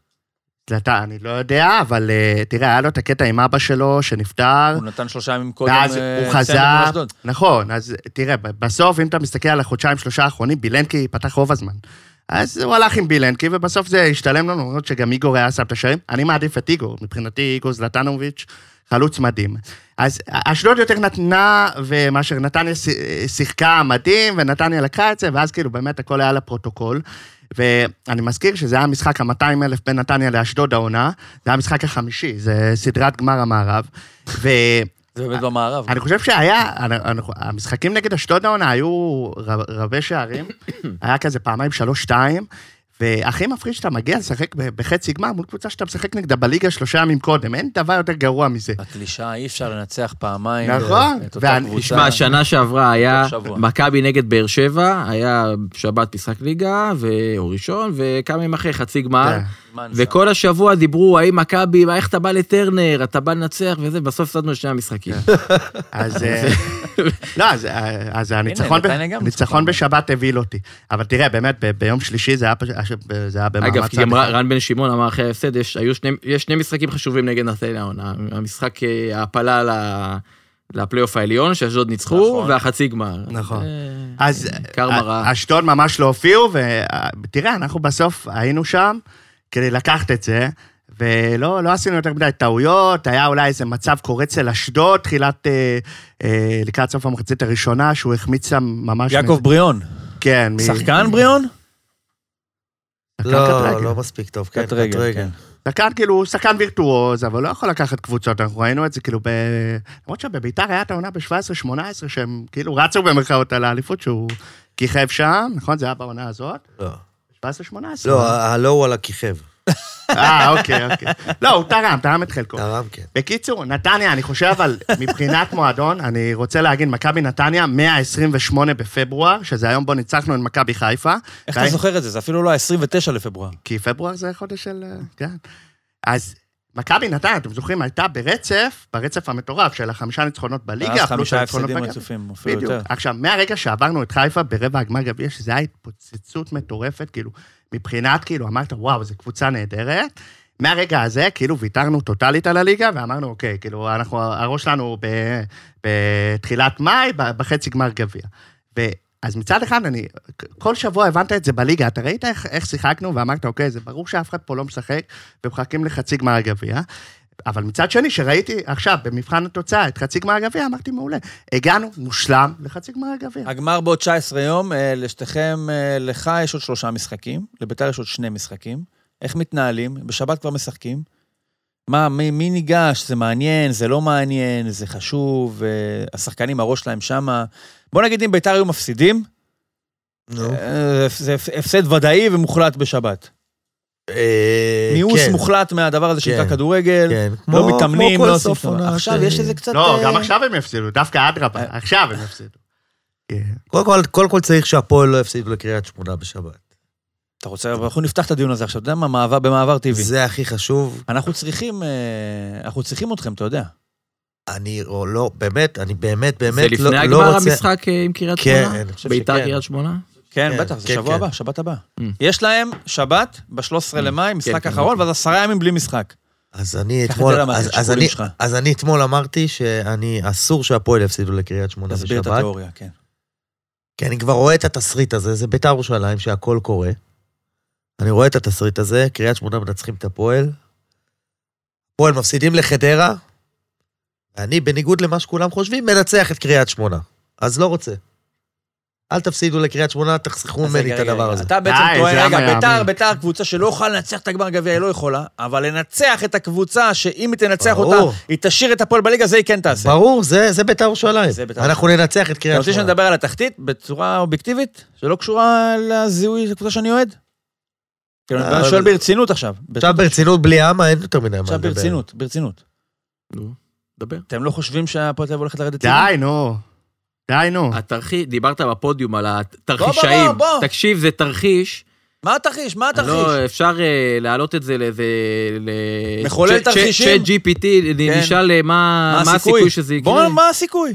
אתה, אני לא יודע, אבל אה, תראה, היה לו את הקטע עם אבא שלו, שנפטר,
הוא נתן שלושה ימים קודם,
אה. ואז
אה,
הוא
צמד מול
חזר,
אשדוד.
נכון, אז תראה, ב- בסוף, אם אתה מסתכל על החודשיים, שלושה האחרונים, בילנקי פתח רוב הזמן. אז הוא הלך עם בילנקי, ובסוף זה השתלם לנו, למרות שגם איגור היה שם את השערים. אני מעדיף את איגור, מבחינתי איגור זלטנוביץ', חלוץ מדהים. אז אשדוד יותר נתנה, ומאשר נתניה ש- שיחקה מדהים, ונתניה לקחה את זה, ואז כאילו באמת הכל היה לפרוטוקול. ואני מזכיר שזה היה המשחק ה-200 אלף בין נתניה לאשדוד העונה, זה היה המשחק החמישי, זה סדרת גמר המערב. ו...
זה באמת במערב.
אה, אני חושב שהיה, אני- אני- המשחקים נגד אשדוד העונה היו רב-
*coughs*
רבי שערים, היה כזה פעמיים שלוש-שתיים, והכי מפחיד שאתה מגיע לשחק ב- בחצי גמר מול קבוצה שאתה משחק נגדה בליגה שלושה ימים קודם, אין דבר יותר גרוע מזה.
הקלישאה, אי אפשר לנצח פעמיים. אה,
נכון.
את אותה
ואני-
קבוצה.
תשמע, שנה שעברה היה
כל שבוע.
מכבי נגד באר שבע, היה שבת משחק ליגה, ו- או ראשון, וכמה ימים אחרי חצי גמר.
אה?
כן.
זמן זה.
וכל השבוע דיברו, האם מכבי, מה, איך אתה בא לטרנר, אתה בא לנצח וזה, בסוף הפסדנו את שני המשחקים.
אז...
*laughs*
אה, לא, אז- אה, אז הניצחון ב-
נתניה גם
הניצחון
ניצחה.
בשבת הבהיל אותי. אבל תראה, באמת, ב- ביום שלישי זה היה פשוט- זה היה במאמץ...
אגב, כי גם
הליכה.
ר- רן בן שמעון אמר אחרי ההפסד, יש, היו שני, יש שני משחקים חשובים נגד נתניה העונה. המשחק אה, ההעפלה ל- לפלייאוף העליון, שאשדוד ניצחו,
נכון.
והחצי גמר.
נכון.
אה,
אז
קרמה רעה.
אשדוד ממש לא הופיעו, ותראה, אנחנו בסוף היינו שם כדי לקחת את זה, ולא לא עשינו יותר מדי טעויות, היה אולי איזה מצב קורץ אל אשדוד, תחילת, אה, אה, לקראת סוף המחצית הראשונה, שהוא החמיץ שם ממש...
יעקב
מ-
בריאון.
כן, מ-
שחקן בריאון?
שחקן קט
לא,
רגל.
לא מספיק טוב, כן,
קט רגל, כן.
שחקן כאילו, הוא שחקן וירטואוז, אבל לא יכול לקחת קבוצות, אנחנו ראינו את זה כאילו ב... למרות שבביתר היה את העונה ב-17-18, שהם כאילו רצו במרכאות על האליפות שהוא כיכב שם, נכון? זה היה בעונה הזאת?
לא.
17-18.
לא, הלא הוא על הכיכב.
אה, אוקיי, אוקיי. לא, הוא תרם, תרם את חלקו.
תרם, כן.
בקיצור, נתניה, אני חושב, אבל מבחינת מועדון, אני רוצה להגיד, מכבי נתניה, 128 בפברואר, שזה היום בו ניצחנו את מכבי חיפה.
איך אתה
והי-
זוכר את זה? זה אפילו לא ה-29 לפברואר.
כי פברואר זה חודש של... אה, כן. אז מכבי נתניה, אתם זוכרים, הייתה ברצף, ברצף המטורף של החמישה ניצחונות
ואז
בליגה, פלוס
חמישה
הניצחונות
הפסדים
בגביע.
רצופים, אפילו
בדיוק.
יותר.
עכשיו, מהרגע שעברנו את חיפה ברבע הגמר גביע, שזה היה התפוצצות מטורפת, כאילו, מבחינת, כאילו, אמרת, וואו, זו קבוצה נהדרת. מהרגע הזה, כאילו, ויתרנו טוטאלית על הליגה, ואמרנו, אוקיי, כאילו, אנחנו, הראש שלנו ב- בתחילת מאי, ב- בחצי גמר גביע. אז מצד אחד, אני, כל שבוע הבנת את זה בליגה, אתה ראית איך, איך שיחקנו ואמרת, אוקיי, זה ברור שאף אחד פה לא משחק ומחכים לחצי גמר הגביע. אבל מצד שני, שראיתי עכשיו במבחן התוצאה את חצי גמר הגביע, אמרתי, מעולה. הגענו מושלם לחצי גמר הגביע.
הגמר בעוד 19 יום, אה, לשתיכם, אה, לך יש עוד שלושה משחקים, לביתר יש עוד שני משחקים. איך מתנהלים? בשבת כבר משחקים. מה, מי, מי ניגש? זה מעניין, זה לא מעניין, זה חשוב, אה, השחקנים, הראש שלהם שמה. בוא נגיד אם ביתר היו מפסידים,
נו.
אה, זה הפס- הפסד ודאי ומוחלט בשבת.
אה,
מיאוס
כן,
מוחלט מהדבר הזה שנקרא
כן.
כדורגל,
כן,
לא
כמו-
מתאמנים,
כמו כל
לא
סוף
עושים כלום.
עונה
עכשיו
ש-
יש איזה קצת...
לא, גם
אה,
עכשיו הם יפסידו, דווקא אדרבה,
אה.
עכשיו הם יפסידו.
קודם כל, קודם כל צריך שהפועל לא יפסיד לקריית שמונה בשבת.
אתה רוצה, אבל אנחנו נפתח את הדיון הזה עכשיו, אתה יודע מה, מעבר- במעבר טבעי.
זה הכי חשוב.
אנחנו צריכים, אה, אנחנו צריכים אתכם, אתה יודע.
אני או לא, באמת, אני באמת, באמת לא
זה
לא רוצה...
לפני הגמר המשחק אה, עם קריית
כן,
שמונה?
אני חושב
ביתר
שכן.
קריית שמונה?
כן,
כן,
בטח, זה
כן,
שבוע
כן. Mm,
הבא, שבת הבא.
Mm.
יש להם שבת, ב-13 למאי, משחק
כן,
אחרון,
כן.
ואז עשרה ימים בלי משחק.
אז אני
קח את
נכון. אתמול,
זה למערכת
אז, אז,
השיקולים
אני,
שלך.
אז אני אתמול אמרתי שאני, אסור שהפועל יפסידו לקריית שמונה
תסביר את
בשבת.
התיאוריה, כן.
כי אני כבר רואה את התסריט הזה, זה בית"ר ירושלים שהכל קורה. אני רואה את התסריט הזה, קריית שמונה מנצחים את הפועל. הפועל מפסידים לחדרה, ואני, בניגוד למה שכולם חושבים, מנצח את קריית שמונה. אז לא רוצה. אל תפסידו לקריית שמונה, תחסכו
אז
ממני
רגע,
את
רגע,
הדבר
רגע,
הזה.
אתה בעצם
די, זה
טוען, רגע,
היה
ביתר,
מאמין.
ביתר קבוצה שלא יכולה לנצח את הגמר גביע, היא לא יכולה, אבל לנצח את הקבוצה שאם היא תנצח
ברור.
אותה, היא תשאיר את הפועל בליגה, זה היא כן תעשה.
ברור, זה, זה בית"ר ירושלים.
זה בית"ר
אנחנו ננצח את
אתה
קריית
רוצה
שמונה.
שנדבר על התחתית בצורה אובייקטיבית, שלא קשורה לזיהוי של הקבוצה שאני אוהד? כאילו,
אה, אבל-
אני שואל ברצינות עכשיו.
עכשיו ברצינות בלי אמה, אין יותר מדי מה לדבר.
עכשיו ברצינות, ברצינות.
נו, דבר.
אתם לא חושבים שהפועל תל אביב הולכת לרדת? ליגה?
די, נו. די, נו.
התרחיש, דיברת בפודיום על התרחישאים.
אה. בוא, בוא, בוא.
תקשיב, זה תרחיש.
מה התרחיש? מה התרחיש?
לא, אפשר אה, להעלות את זה לאיזה... ל-
מחולל
צ'אט-
תרחישים?
צ'אט GPT,
כן.
נשאל אה, מה מה הסיכוי שזה
בוא,
יקרה.
מה הסיכוי?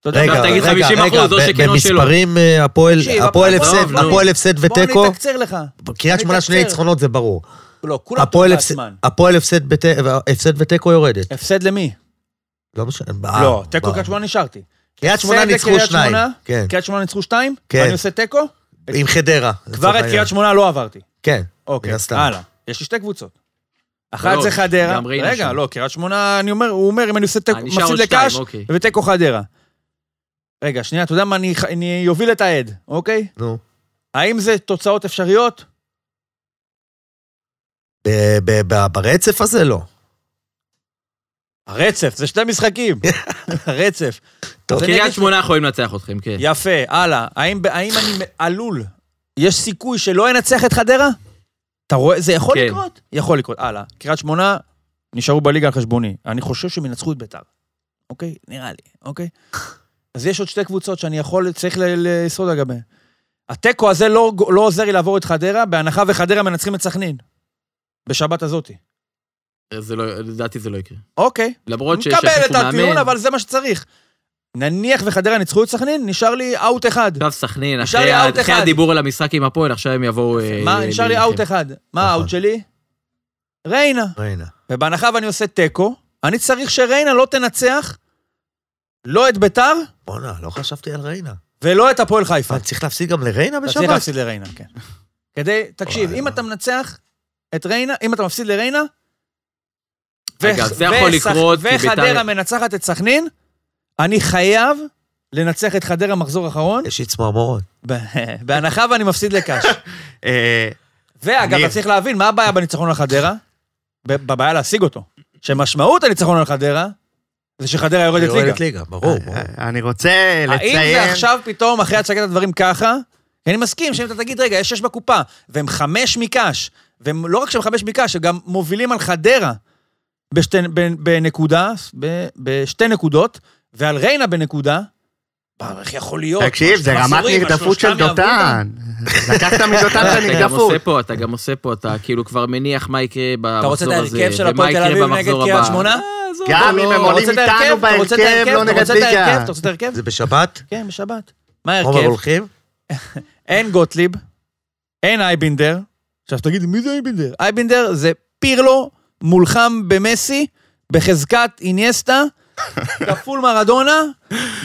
אתה יודע,
רגע,
אתה תגיד,
תגיד
רגע,
50%
רגע,
או
ב-
שכן או שלא.
במספרים אה, הפועל
תקשיב,
הפועל
הפועל-
הפסד-
לא,
הפועל הפסד
בוא
ותיקו,
נתקצר לך.
קריית שמונה שני
נתקצר.
ניצחונות זה ברור.
לא, כולם
הפועל
טובים
הפס-
לעצמן.
הפועל הפסד בת- הפסד ותיקו יורדת.
הפסד למי?
לא משנה. ב-
לא,
ב-
תיקו קריית שמונה נשארתי.
קריית שמונה
הפסד
ניצחו
לקריית
שניים.
שמונה,
כן,
קריית שמונה ניצחו שתיים?
כן.
ואני עושה תיקו?
עם חדרה. לצורך
כבר את
העניין.
קריית שמונה לא עברתי.
כן.
אוקיי,
מן הסתם.
הלאה. יש לי שתי קבוצות. אחת זה
לא,
חדרה.
גם ריינה
רגע,
שם.
לא, קריית שמונה, אני אומר, הוא אומר, אם אני עושה תיקו,
אה, נשאר
מפסיד
עוד שתיים,
לקאש,
אוקיי.
ותיקו חדרה. רגע, שנייה, אתה יודע מה, אני- אני אוביל את העד, אוקיי?
נו.
האם זה תוצאות אפשריות?
אה, ב- ב- ב- ברצף הזה לא.
הרצף, זה שני משחקים. הרצף.
טוב.
אז אני אגיד-
קריית שמונה יכולים לנצח אתכם, כן.
יפה, הלאה. האם ב- האם אני מ- עלול, יש סיכוי שלא אנצח את חדרה? אתה רואה, זה יכול
כן.
לקרות? יכול לקרות, הלאה. קריית שמונה, נשארו בליגה על חשבוני. אני חושב שהם ינצחו את ביתר. אוקיי? נראה לי, אוקיי? אז יש עוד שתי קבוצות שאני יכול, צריך ל- לשרוד לגביהן. התיקו הזה לא, לא עוזר לי לעבור את חדרה, בהנחה וחדרה מנצחים את סכנין. בשבת הזאתי.
זה לא, לדעתי זה לא יקרה.
אוקיי.
למרות שיש
מקבל את
החלפו
הטיעון,
מאמן.
אבל זה מה שצריך. נניח וחדרה ניצחו את סכנין, נשאר לי אאוט אחד.
עכשיו סכנין,
נשאר
אחרי
לי
ה-
אאוט
אחרי
אחד.
הדיבור על המשחק עם הפועל, עכשיו הם יבואו... אה,
מה, נשאר לי
להילחם.
אאוט אחד. מה
נכון.
האאוט שלי? ריינה.
הנה.
ובהנחה ואני עושה תיקו, אני צריך שריינה לא תנצח לא את ביתר
בואנה, לא חשבתי על ריינה.
ולא את הפועל חיפה.
אבל צריך להפסיד גם לריינה
אתה צריך
בשבת?
להפסיד לריינה, כן. כדי, תקשיב,
וואי,
אם
וואי.
אתה מנצח את ריינה, אם אתה מפסיד לריינה,
אגב, זה יכול
ושח-
לקרות, כי ביתר-
וחדרה מנצחת את סכנין, אני חייב לנצח את חדרה מחזור אחרון,
יש לי צמרמורות.
ב- בהנחה ואני מפסיד
*laughs*
לקאש.
אה,
ואגב,
אני-
אתה צריך להבין, מה הבעיה בניצחון על חדרה? ב- בבעיה להשיג אותו. שמשמעות הניצחון על חדרה, זה שחדרה יורדת ליגה.
יורדת ליגה, ברור, ברור.
אני רוצה
אה, האם
לציין...
זה עכשיו פתאום, אחרי הצגת הדברים ככה, כי אני מסכים שאם אתה תגיד, רגע, יש שש בקופה, והם חמש מקאש, והם לא רק שהם חמש מקאש, הם גם מובילים על חדרה בשתי, ב, בנקודה, ב, בשתי נקודות, ועל ריינה בנקודה, מה, איך יכול להיות?
תקשיב, זה רמת
מחזורים,
נרדפות של
השלושתם יעברו אותם?
דותן. לקחת מדותן
אה, אתה גם
את
עושה
הנרדפות.
פה, אתה גם עושה פה, אתה כאילו כבר מניח מה יקרה במחזור הזה.
אתה רוצה את ההרכב של
ומה
הפועל תל
יקרה
אביב נגד
במחזור
קריית
הבא.
שמונה?
אה, עזוב,
גם
לא,
אם
לא.
הם
אתה
עולים
רוצה את ההרכב?
איתנו
אתה רוצה את
בהרכב,
ההרכב?
לא
אתה
נרד
רוצה את ההרכב?
ליגה.
אתה רוצה את ההרכב?
זה בשבת?
כן, בשבת. מה
עומר
ההרכב?
הולכים?
אין גוטליב, אין אייבינדר. עכשיו תגיד, מי זה אייבינדר? אייבינדר זה פירלו מולחם במסי,
*laughs*
בחזקת איניאסטה, כפול מרדונה,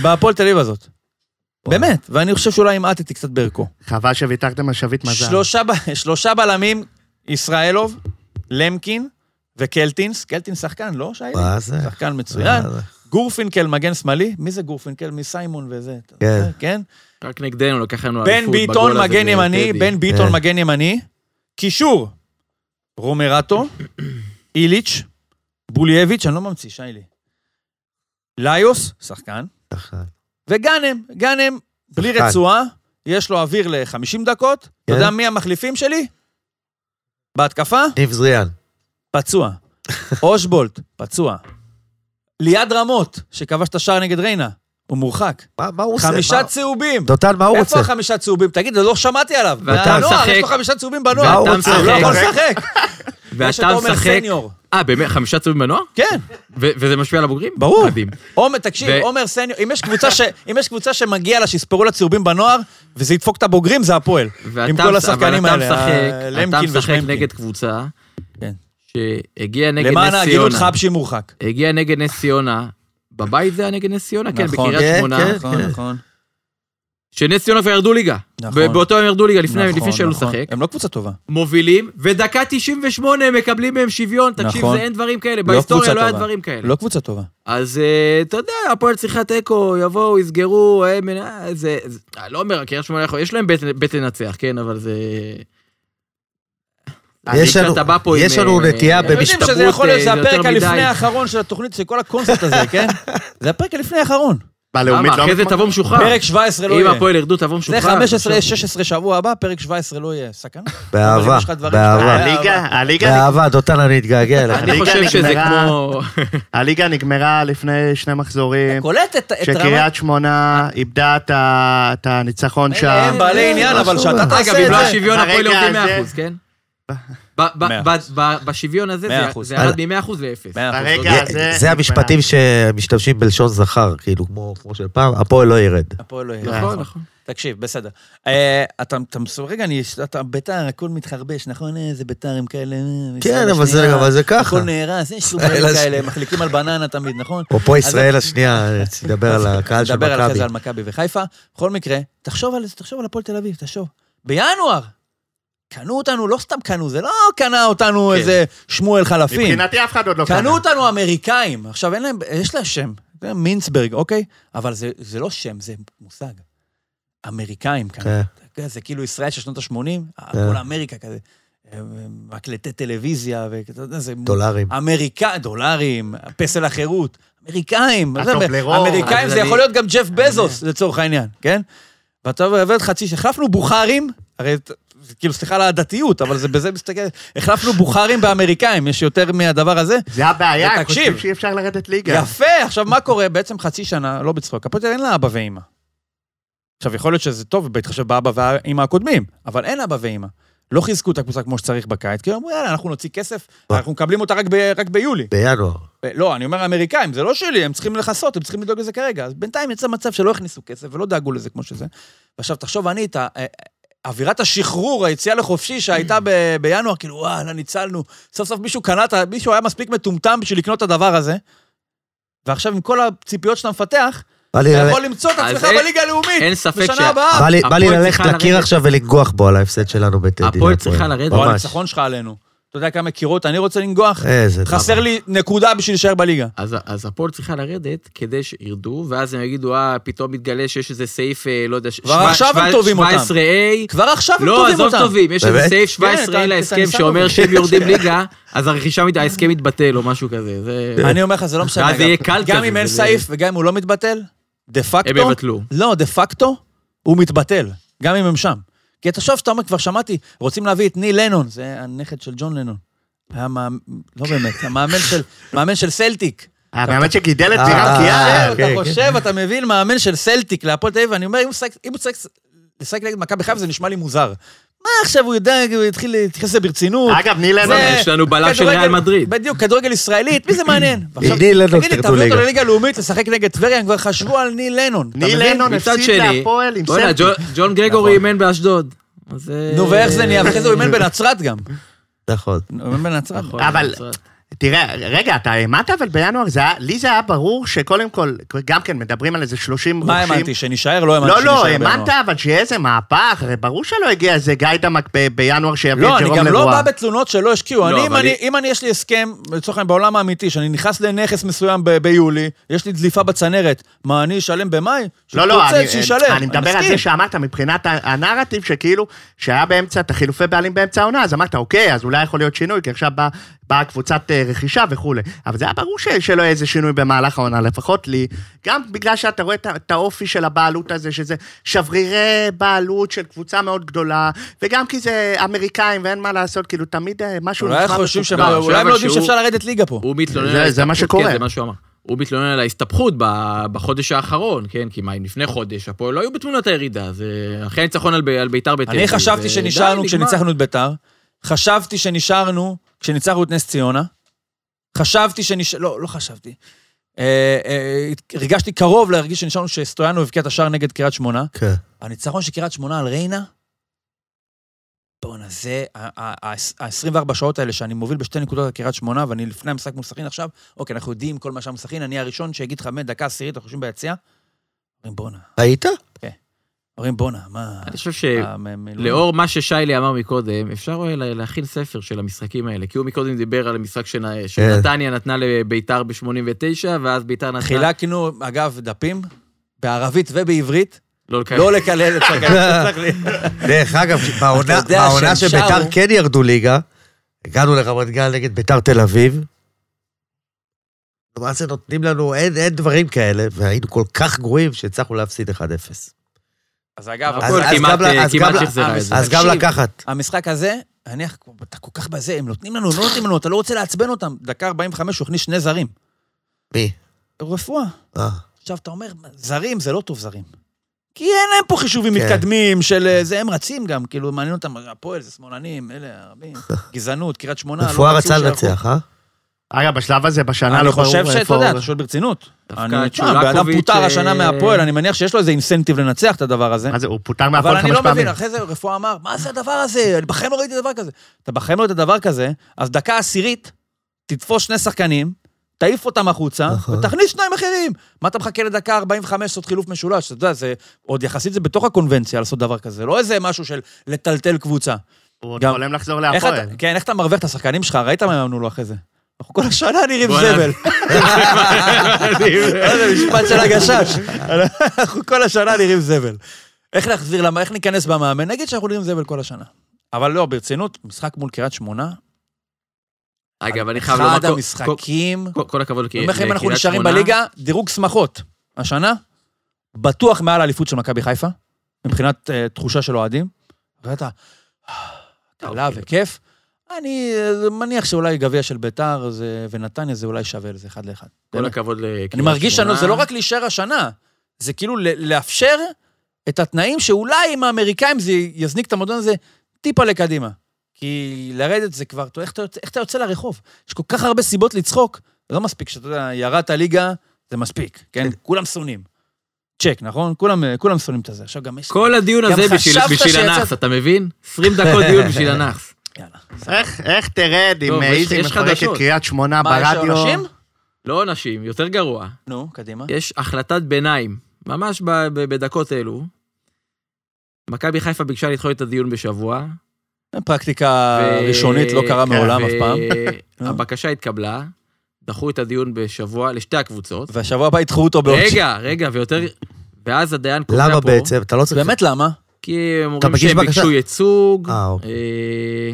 בהפועל תל אביב הזאת. באמת, ואני חושב שאולי המעטתי קצת בערכו.
חבל שוויתרתם על שביט מזל.
שלושה, ב- שלושה בלמים, ישראלוב, למקין וקלטינס. קלטינס שחקן, לא, שי?
מה זה?
שחקן מצוין.
מה זה?
גורפינקל, מגן שמאלי. מי זה גורפינקל? מסיימון וזה. אתה
כן.
זוכר? כן.
רק נגדנו, לקח לנו
בן ביטון, מגן ימני. בן ביטון,
כן.
מגן ימני. קישור, רומרטו, איליץ', בולייביץ', אני לא ממציא, שיילי. ליוס, שחקן.
שחקן.
וגאנם, גאנם, בלי
שחקן.
רצועה, יש לו אוויר ל-50 דקות. אתה
כן.
יודע מי המחליפים שלי? בהתקפה,
ניב זריאן.
פצוע. אושבולט, פצוע. ליעד רמות, שכבש את השער נגד ריינה, הוא מורחק.
מה מה הוא עושה?
חמישה
מה-
צהובים.
דותן, מה הוא רוצה?
איפה החמישה צהובים? תגיד, לא שמעתי עליו.
ואתה
בנוער,
משחק.
יש לו חמישה צהובים
מה
בנוער.
הוא
אתה
רוצה?
הוא לא יכול
משחק.
לשחק. יש את
ואתה
עומר
משחק...
סניור.
אה, באמת? חמישה צהובים בנוער?
כן,
ו- וזה משפיע על הבוגרים?
ברור.
מדהים.
עומר, תקשיב,
ו-
עומר סניור, אם יש קבוצה ש- אם יש קבוצה שמגיע לה שיספרו לה צהובים בנוער, וזה ידפוק את הבוגרים, זה הפועל.
ואתה
עם כל
מש-
השחקנים
אבל
האלה, אה,
אתה משחק, אתה
הלמקין
משחק
ושממקין.
נגד קבוצה
כן.
שהגיעה נגד
למען
נס
ההגינות
ציונה.
חבשי מורחק.
הגיעה נגד נס ציונה. בבית זה היה נגד נס ציונה? כן,
נכון.
בקריית
כן,
שמונה.
כן.
נכון, נכון.
שנס ציונה כבר ירדו ליגה.
נכון.
ב- באותו יום ירדו ליגה, לפני
נכון,
לפני שעלו
נכון.
לשחק.
הם לא קבוצה טובה.
מובילים, ודקה 98 הם מקבלים מהם שוויון. תקשיב,
נכון.
זה אין דברים כאלה.
לא
בהיסטוריה
קבוצה
לא היה
טובה.
דברים כאלה.
לא קבוצה טובה.
אז אה, אתה יודע, הפועל צריכה תיקו, יבואו, יסגרו, אה, מנ- אה, זה... זה- אני לא אומר, קריית שמונה יכול... יש להם בית- בית לנצח, כן, אבל זה...
יש
אני-
לנו-
כשאתה בא פה
יש
עם,
לנו
אה,
נטייה
אה,
אתם יודעים
בהשתפרות,
שזה יכול להיות,
אה,
זה
יותר
הפרק
מדי.
הלפני האחרון של התוכנית, של כל הקונספט *laughs* הזה, כן? זה הפרק הלפני האחרון.
בלאומית
למה,
לא...
אחרי זה
מתמודד?
תבוא משוחרר.
פרק 17 לא
אם
יהיה.
הפועל ירדו, תבוא משוחרר.
זה 15, 16 שבוע הבא, פרק 17 לא יהיה. סכנה. אבל
באהבה,
אם יש לך דברים
באהבה.
שאתה-
הליגה, הליגה,
באהבה, דותן, אני אתגעגע אליך.
אני
הליגה
חושב שזה
נגמרה.
כמו...
הליגה נגמרה לפני שני
כן.
מחזורים,
קולט את את רמת...
שקריית שמונה איבדה את ה- את הניצחון
אלה
שם.
הם בעלי עניין, אבל שאתה
אגב,
תעשה
אם
את
לא
זה.
השוויון, הפועל
ברגע
יורדים
הזה-
100%, כן? ב- ב-
מאה
ב- ב- בשוויון הזה זה-
100%.
זה ירד מ-100% ל-0.
מאה אחוז,
ברגע-
תודה.
זה- זה
זה המשפטים שמשתמשים בלשון זכר, כאילו, כמו כמו של פעם, הפועל לא ירד.
הפועל לא יהיה.
נכון, נכון.
תקשיב, בסדר. אה, אתה אתה מסו... רגע, אני... אתה ביתר, הכל מתחרבש, נכון? אה, זה ביתר עם כאלה... אה,
כן,
ישראל
אבל זה-
השנייה,
אבל זה ככה.
הכל
*laughs*
נהרס, יש סופרים
ישראל
כאלה,
השנייה.
מחליקים על בננה תמיד, נכון?
או פה
אז-
ישראל
*laughs*
השנייה, תדבר על הקהל של
נדבר אחרי
מכבי.
זה על מכבי וחיפה. בכל מקרה, תחשוב על, תחשוב על הפועל תל אביב, תחשוב. בינואר! קנו אותנו, לא סתם קנו, זה לא קנה אותנו
כן.
איזה שמואל חלפים.
מבחינתי אף אחד עוד לא
קנו אותנו אמריקאים. עכשיו, אין להם, יש להם שם, זה מינסברג, אוקיי? אבל זה, זה לא שם, זה מושג. אמריקאים קנו.
כן.
זה כאילו ישראל של שנות ה-80, כל אמריקה כזה. מקלטי טלוויזיה, ואתה יודע, זה...
דולרים.
אמריקא, דולרים, פסל החירות, אמריקאים. מה זה-
הטובלרון.
אמריקאים
אז
זה
אני-
יכול להיות גם ג'ף בזוס, לצורך העניין, כן? ואתה עובד חצי, החלפנו בוכרים, הרי, ת- זה כאילו, סליחה על הדתיות, אבל זה בזה מסתכל, החלפנו בוכרים באמריקאים, יש יותר מהדבר הזה.
זה
אה,
הבעיה, הם
ותקשיב.
חושבים שאי אפשר לרדת
כן.
ליגה.
יפה, עכשיו מה קורה? בעצם חצי שנה, לא בצחוק, הפועל תל אביב אין לה אבא ואימא. עכשיו, יכול להיות שזה טוב בהתחשב באבא והאימא הקודמים, אבל אין אבא ואימא. לא חיזקו את הקבוצה כמו שצריך בקיץ, כי הם אמרו, יאללה, אנחנו נוציא כסף,
לא.
אנחנו מקבלים אותה רק, ב- רק ביולי.
בינואר.
לא, אני אומר האמריקאים, זה לא שלי, הם צריכים לכסות, הם צריכים לדאוג לזה כרגע. אז בינתיים יצא מצב שלא הכניסו כסף ולא דאגו לזה כמו שזה. ועכשיו, תחשוב, אני, את ה- אה, אווירת השחרור, היציאה לחופשי שהייתה ב- בינואר, כאילו, וואלה, ניצלנו. סוף סוף מישהו קנה, את ה- מישהו היה מספיק מטומטם בשביל לקנות את הדבר הזה. ועכשיו, עם כל הציפיות שאתה מפתח,
בא לי
אתה
ללכת-
יכול למצוא את
אז
עצמך
אין-
בליגה הלאומית.
אה, אין ספק
בשנה
שה-
הבאה.
בא לי- בא לי
הפועל
ללכת
צריכה
לקיר
לרדת.
עכשיו ולנגוח בו על ההפסד שלנו בטדי.
הפועל צריכה לרדת.
או
ממש.
הניצחון שלך עלינו. אתה יודע כמה קירות אני רוצה לנגוח?
איזה אה, דבר.
חסר לי נקודה בשביל להישאר בליגה.
אז, אז הפועל צריכה לרדת כדי שירדו, ואז הם יגידו, אה, פתאום מתגלה שיש איזה סעיף, אה, לא יודע, ש-
כבר
שבע-
עכשיו הם
שבע-
תובעים אותם.
17A.
כבר עכשיו הם
לא,
טובים
עזוב
אותם.
טובים, יש איזה
באמת?
סעיף
כן,
17A
אתה-
להסכם
אתה
שאומר
ניסן
שהם יורדים ליגה, אז הרכישה, מת- ההסכם יתבטל או משהו כזה. זה...
אני אומר לך, זה לא משנה.
ואז
אגב.
יהיה קל
גם
כזה,
אם אין
זה-
סעיף וגם אם הוא לא מתבטל, דה פקטו...
הם יבטלו.
לא, דה פקטו הוא מתבטל, גם אם הם שם. כי תחשוב שאתה אומר, כבר שמעתי, רוצים להביא את ניל לנון, זה הנכד של ג'ון לנון. היה מאמן, לא באמת, המאמן של, מאמן של סלטיק.
המאמן שגידל את
אה,
נירן קיאל,
אה,
אתה
כן,
חושב, אתה מבין, מאמן של סלטיק להפועל תל אביב, אני אומר, אם הוא שחק- אם הוא צריך לשחק נגד מכבי חיפה, זה נשמע לי מוזר. מה עכשיו, הוא יודע, הוא התחיל להתייחס לזה
אה.
ברצינות.
אגב, נילן,
זה-
יש לנו בלם של
כדורגל-
ריאל מדריד.
בדיוק, כדורגל ישראלי, את מי זה
*clears throat*
מעניין? ועכשיו,
ניל לנון
תגיד לי,
תרדו
תביאו אותו
ליגה.
לליגה הלאומית לשחק נגד טבריה, הם כבר חשבו על ניל לנון. אתה
ניל
מבין?
לנון
מצד
הפסיד
שני,
להפועל עם
בוא'נה,
סלטיק.
ג'ון- ג'ון גרגורי
נכון.
אימן באשדוד. אז, אה,
*clears throat*
נו, ואיך זה נהיה? ואחרי זה הוא אימן בנצרת גם.
נכון.
הוא אימן בנצרת.
נכון,
אבל-
נצרת.
תראה, רגע, אתה האמנת אבל בינואר? זה היה- לי זה היה ברור שקודם כל, גם כן מדברים על איזה 30
מה
רוכשים.
האמנתי, שנישאר? לא האמנתי
לא,
שנישאר
לא,
בינואר.
האמנת אבל שיהיה איזה מהפך, הרי ברור שלא הגיע איזה גיידמק ב- בינואר שיביא
לא,
את
אני
כן, ג'רום
גם לא
לרואה.
בא בתלונות שלא השקיעו.
לא,
אני, אם
אבל
אני-
היא-
אם אני, יש לי הסכם, לצורך העניין, בעולם האמיתי, שאני נכנס לנכס מסוים ב- ביולי, יש לי דליפה בצנרת, מה, אני אשלם במאי?
לא, לא,
שיתפוצץ,
אני,
שישלם.
אני מדבר על
מסכים.
זה שאמרת מבחינת ה- הנרטיב שכאילו, שהיה באמצע, את החילופי בעלים באמצע העונה, אז אמרת, אוקיי, אז אולי יכול להיות שינוי, כי עכשיו באה בא קבוצת אה, רכישה וכולי. אבל זה היה ברור ש, שלא יהיה איזה שינוי במהלך העונה, לפחות לי. גם בגלל שאתה רואה את, ה- את האופי של הבעלות הזה, שזה שברירי בעלות של קבוצה מאוד גדולה, וגם כי זה אמריקאים ואין מה לעשות, כאילו, תמיד אה, משהו
אולי
נשמע
חושבים שהם,
מפוקפק.
לא,
אולי הם
אבל
לא יודעים
שהוא-
שאפשר לרדת ליגה פה.
הוא מתלונן
זה-
על
זה מה
ההסתבכות,
שקורה.
כן, זה מה שהוא אמר. הוא מתלונן על ההסתבכות ב- בחודש האחרון, כן? כי מה, אם לפני חודש, הפועל לא היו בתמונת הירידה, זה אחרי הניצחון על ב- על ביתר בתל
אני
אביב,
חשבתי
כן, זה-
שנשארנו
די,
כשניצחנו את ביתר, חשבתי שנשארנו כשניצחנו את נס ציונה, חשבתי שנשארנו, לא, לא חשבתי. אה, אה, הרגשתי קרוב להרגיש שנשארנו שסטויאנו הבקיע את השער נגד קריית שמונה.
כן.
הניצחון של קריית שמונה על ריינה, בואנה, זה ה-24 שעות האלה שאני מוביל בשתי נקודות על קריית שמונה, ואני לפני המשחק מול סכין עכשיו, אוקיי, אנחנו יודעים כל מה שהיה מול סכין, אני הראשון שיגיד לך, "מת, דקה עשירית, אנחנו יושבים ביציע. אומרים בואנה,
היית?
אומרים בואנה, מה...
אני חושב
אה, המילואים?"
שלאור מה ששיילי אמר מקודם, אפשר אה, לה- להכין ספר של המשחקים האלה, כי הוא מקודם דיבר על המשחק שנ-
כן.
שנתניה נתנה לביתר ב-89, ואז ביתר נתנה...
חילקנו, אגב, דפים, בערבית ובעברית,
לא
כן.
לקיים.
לא לקלל את סכין.
*laughs* דרך אגב, בעונה-
יודע
בעונה
שהם
שביתר
שרו.
כן ירדו ליגה, הגענו לרמת גן נגד ביתר תל אביב. מה זה נותנים לנו, אין, אין דברים כאלה, והיינו כל כך גרועים שהצלחנו להפסיד 1-0.
אז אגב,
אז-
הפועל
אז
כמעט אה,
גם לה- אז
כמעט
גם לה-
שחזרה את זה.
אז גם
תקשיב.
לקחת.
המשחק הזה, אני, אתה כל כך בזה, הם נותנים לנו, לא נותנים לנו, אתה לא רוצה לעצבן אותם. דקה 45 הוא הכניס שני זרים.
מי?
רפואה.
אה,
עכשיו, אתה אומר, זרים זה לא טוב זרים. כי אין להם פה חישובים
כן.
מתקדמים של אה, זה, הם רצים גם, כאילו, מעניין אותם, הפועל זה שמאלנים, אלה
*laughs*
ערבים, גזענות, קריית שמונה. לא
רפואה
רצו
רצה
שיערכו.
לנצח, אה?
אגב, בשלב הזה, בשנה
אני
לא ברור איפה...
חושב שאתה יודע, אתה
הוא-
שואל ברצינות.
דווקא
אני
את
תשמע, בן אדם
שולקוביץ',
פוטר
אה,
השנה מהפועל, אני מניח שיש לו איזה אינסנטיב לנצח את הדבר הזה.
מה זה, הוא פוטר מהפועל
אבל
חמש
אני
פעמים.
לא מבין, אחרי זה רפואה אמר, מה זה הדבר הזה? אני בחיים לא ראיתי דבר כזה. אתה בחיים לא ראית דבר כזה, אז דקה עשירית, תתפוס שני שחקנים, תעיף אותם החוצה,
נכון.
ותכניס שניים אחרים. מה אתה מחכה לדקה 45 לעשות חילוף משולש? אתה יודע, זה עוד יחסית זה בתוך הקונבנציה לעשות דבר כזה, לא איזה משהו של לטלטל קבוצה.
הוא עוד
גם-
חולם לחזור
איך
להפועל.
אתה, כן, איך אתה מרווח את השחקנים שלך? ראית מה אמרנו לו אחרי זה. אנחנו כל השנה נראים
בואנה.
זבל.
*laughs*
*laughs* לא, זה משפט של הגשש. אנחנו כל השנה נראים זבל. איך נחזיר, למה, איך ניכנס במאמן? נגיד שאנחנו נראים זבל כל השנה. אבל לא, ברצינות, משחק מול קריית שמונה,
אגב, אני חייב לומר...
אחד
כל-
המשחקים,
כל- כל הכבוד לקריית
אני אומר לך, אם אנחנו
לקריית
נשארים
שמונה.
בליגה, דירוג שמחות. השנה, בטוח מעל האליפות של מכבי חיפה, מבחינת אה, תחושה של אוהדים. ואתה,
אוקיי.
קלה וכיף. אני אה, מניח שאולי גביע של ביתר זה- ונתניה זה אולי שווה לזה אחד לאחד.
כל הכבוד לקריית
אני מרגיש שאני, זה לא רק להישאר השנה, זה כאילו ל- לאפשר את התנאים שאולי עם האמריקאים זה יזניק את המועדון הזה טיפה לקדימה. כי לרדת זה כבר, אתה- איך אתה, יוצא- איך אתה יוצא לרחוב? יש כל כך הרבה סיבות לצחוק, זה לא מספיק שאתה יודע, ירדת ליגה, זה מספיק, כן? כולם שונאים. צ'ק, נכון? כולם, אה, כולם שונאים את זה. עכשיו גם יש...
כל הדיון
גם
הזה בשביל-
חשבת
בשביל
שיצאת-
הנאחס, אתה מבין? 20 דקות דיון בשביל הנאחס.
יאללה.
איך, איך תרד אם
טוב, יש-
איזי
יש
מפרק את
חדשות.
קריית שמונה
מה, יש
ברדיו?
עונשים?
לא עונשים, יותר גרוע.
נו, קדימה.
יש החלטת ביניים, ממש ב- ב- בדקות אלו. מכבי חיפה ביקשה לדחות את הדיון בשבוע.
פרקטיקה
ו-
ראשונית לא קרה
כן,
מעולם
ו-
אף פעם.
*laughs* הבקשה התקבלה, דחו את הדיון בשבוע לשתי הקבוצות.
והשבוע הבא ידחו אותו בעוד... ש-
רגע, רגע, ויותר... ואז הדיין קובע פה...
למה בעצם? אתה לא צריך...
באמת, למה?
כי הם
אתה
אומרים
מגיש
שהם
בקשה?
ביקשו ייצוג,
אה, אוקיי.
אה,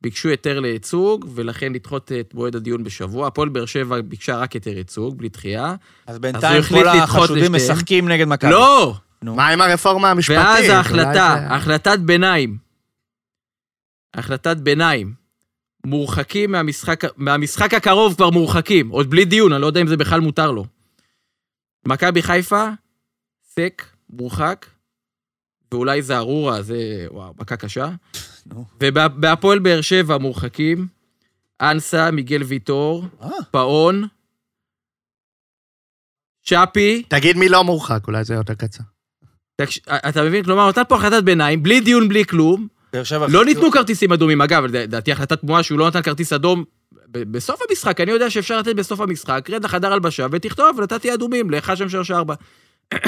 ביקשו היתר לייצוג, ולכן לדחות את מועד הדיון בשבוע. הפועל באר שבע ביקשה רק היתר ייצוג, בלי דחייה.
אז בינתיים
החליט
כל
לדחות
החשודים
לשתיהם.
משחקים נגד מכבי.
לא!
מה עם הרפורמה המשפטית?
ואז ההחלטה,
אולי זה-
החלטת ביניים, החלטת ביניים, מורחקים מהמשחק, מהמשחק הקרוב כבר מורחקים, עוד בלי דיון, אני לא יודע אם זה בכלל מותר לו. מכבי חיפה, סק, מורחק, ואולי זה ארורה, זה, וואו, מכה קשה.
נו.
ובהפועל באר שבע מורחקים, אנסה, מיגל ויטור,
אה.
פאון, שפי,
תגיד מי לא מורחק, אולי זה יותר קצר.
תקש- אה, אתה מבין? כלומר, נתן פה החלטת ביניים, בלי דיון, בלי כלום.
באר שבע...
לא ניתנו כרטיסים אדומים. אגב, לדעתי החלטה תמוהה שהוא לא נתן לא כרטיס אדום ב- בסוף המשחק, אני יודע שאפשר לתת בסוף המשחק, רד לחדר הלבשה ותכתוב, נתתי אדומים ל-1-3-4. *clears throat*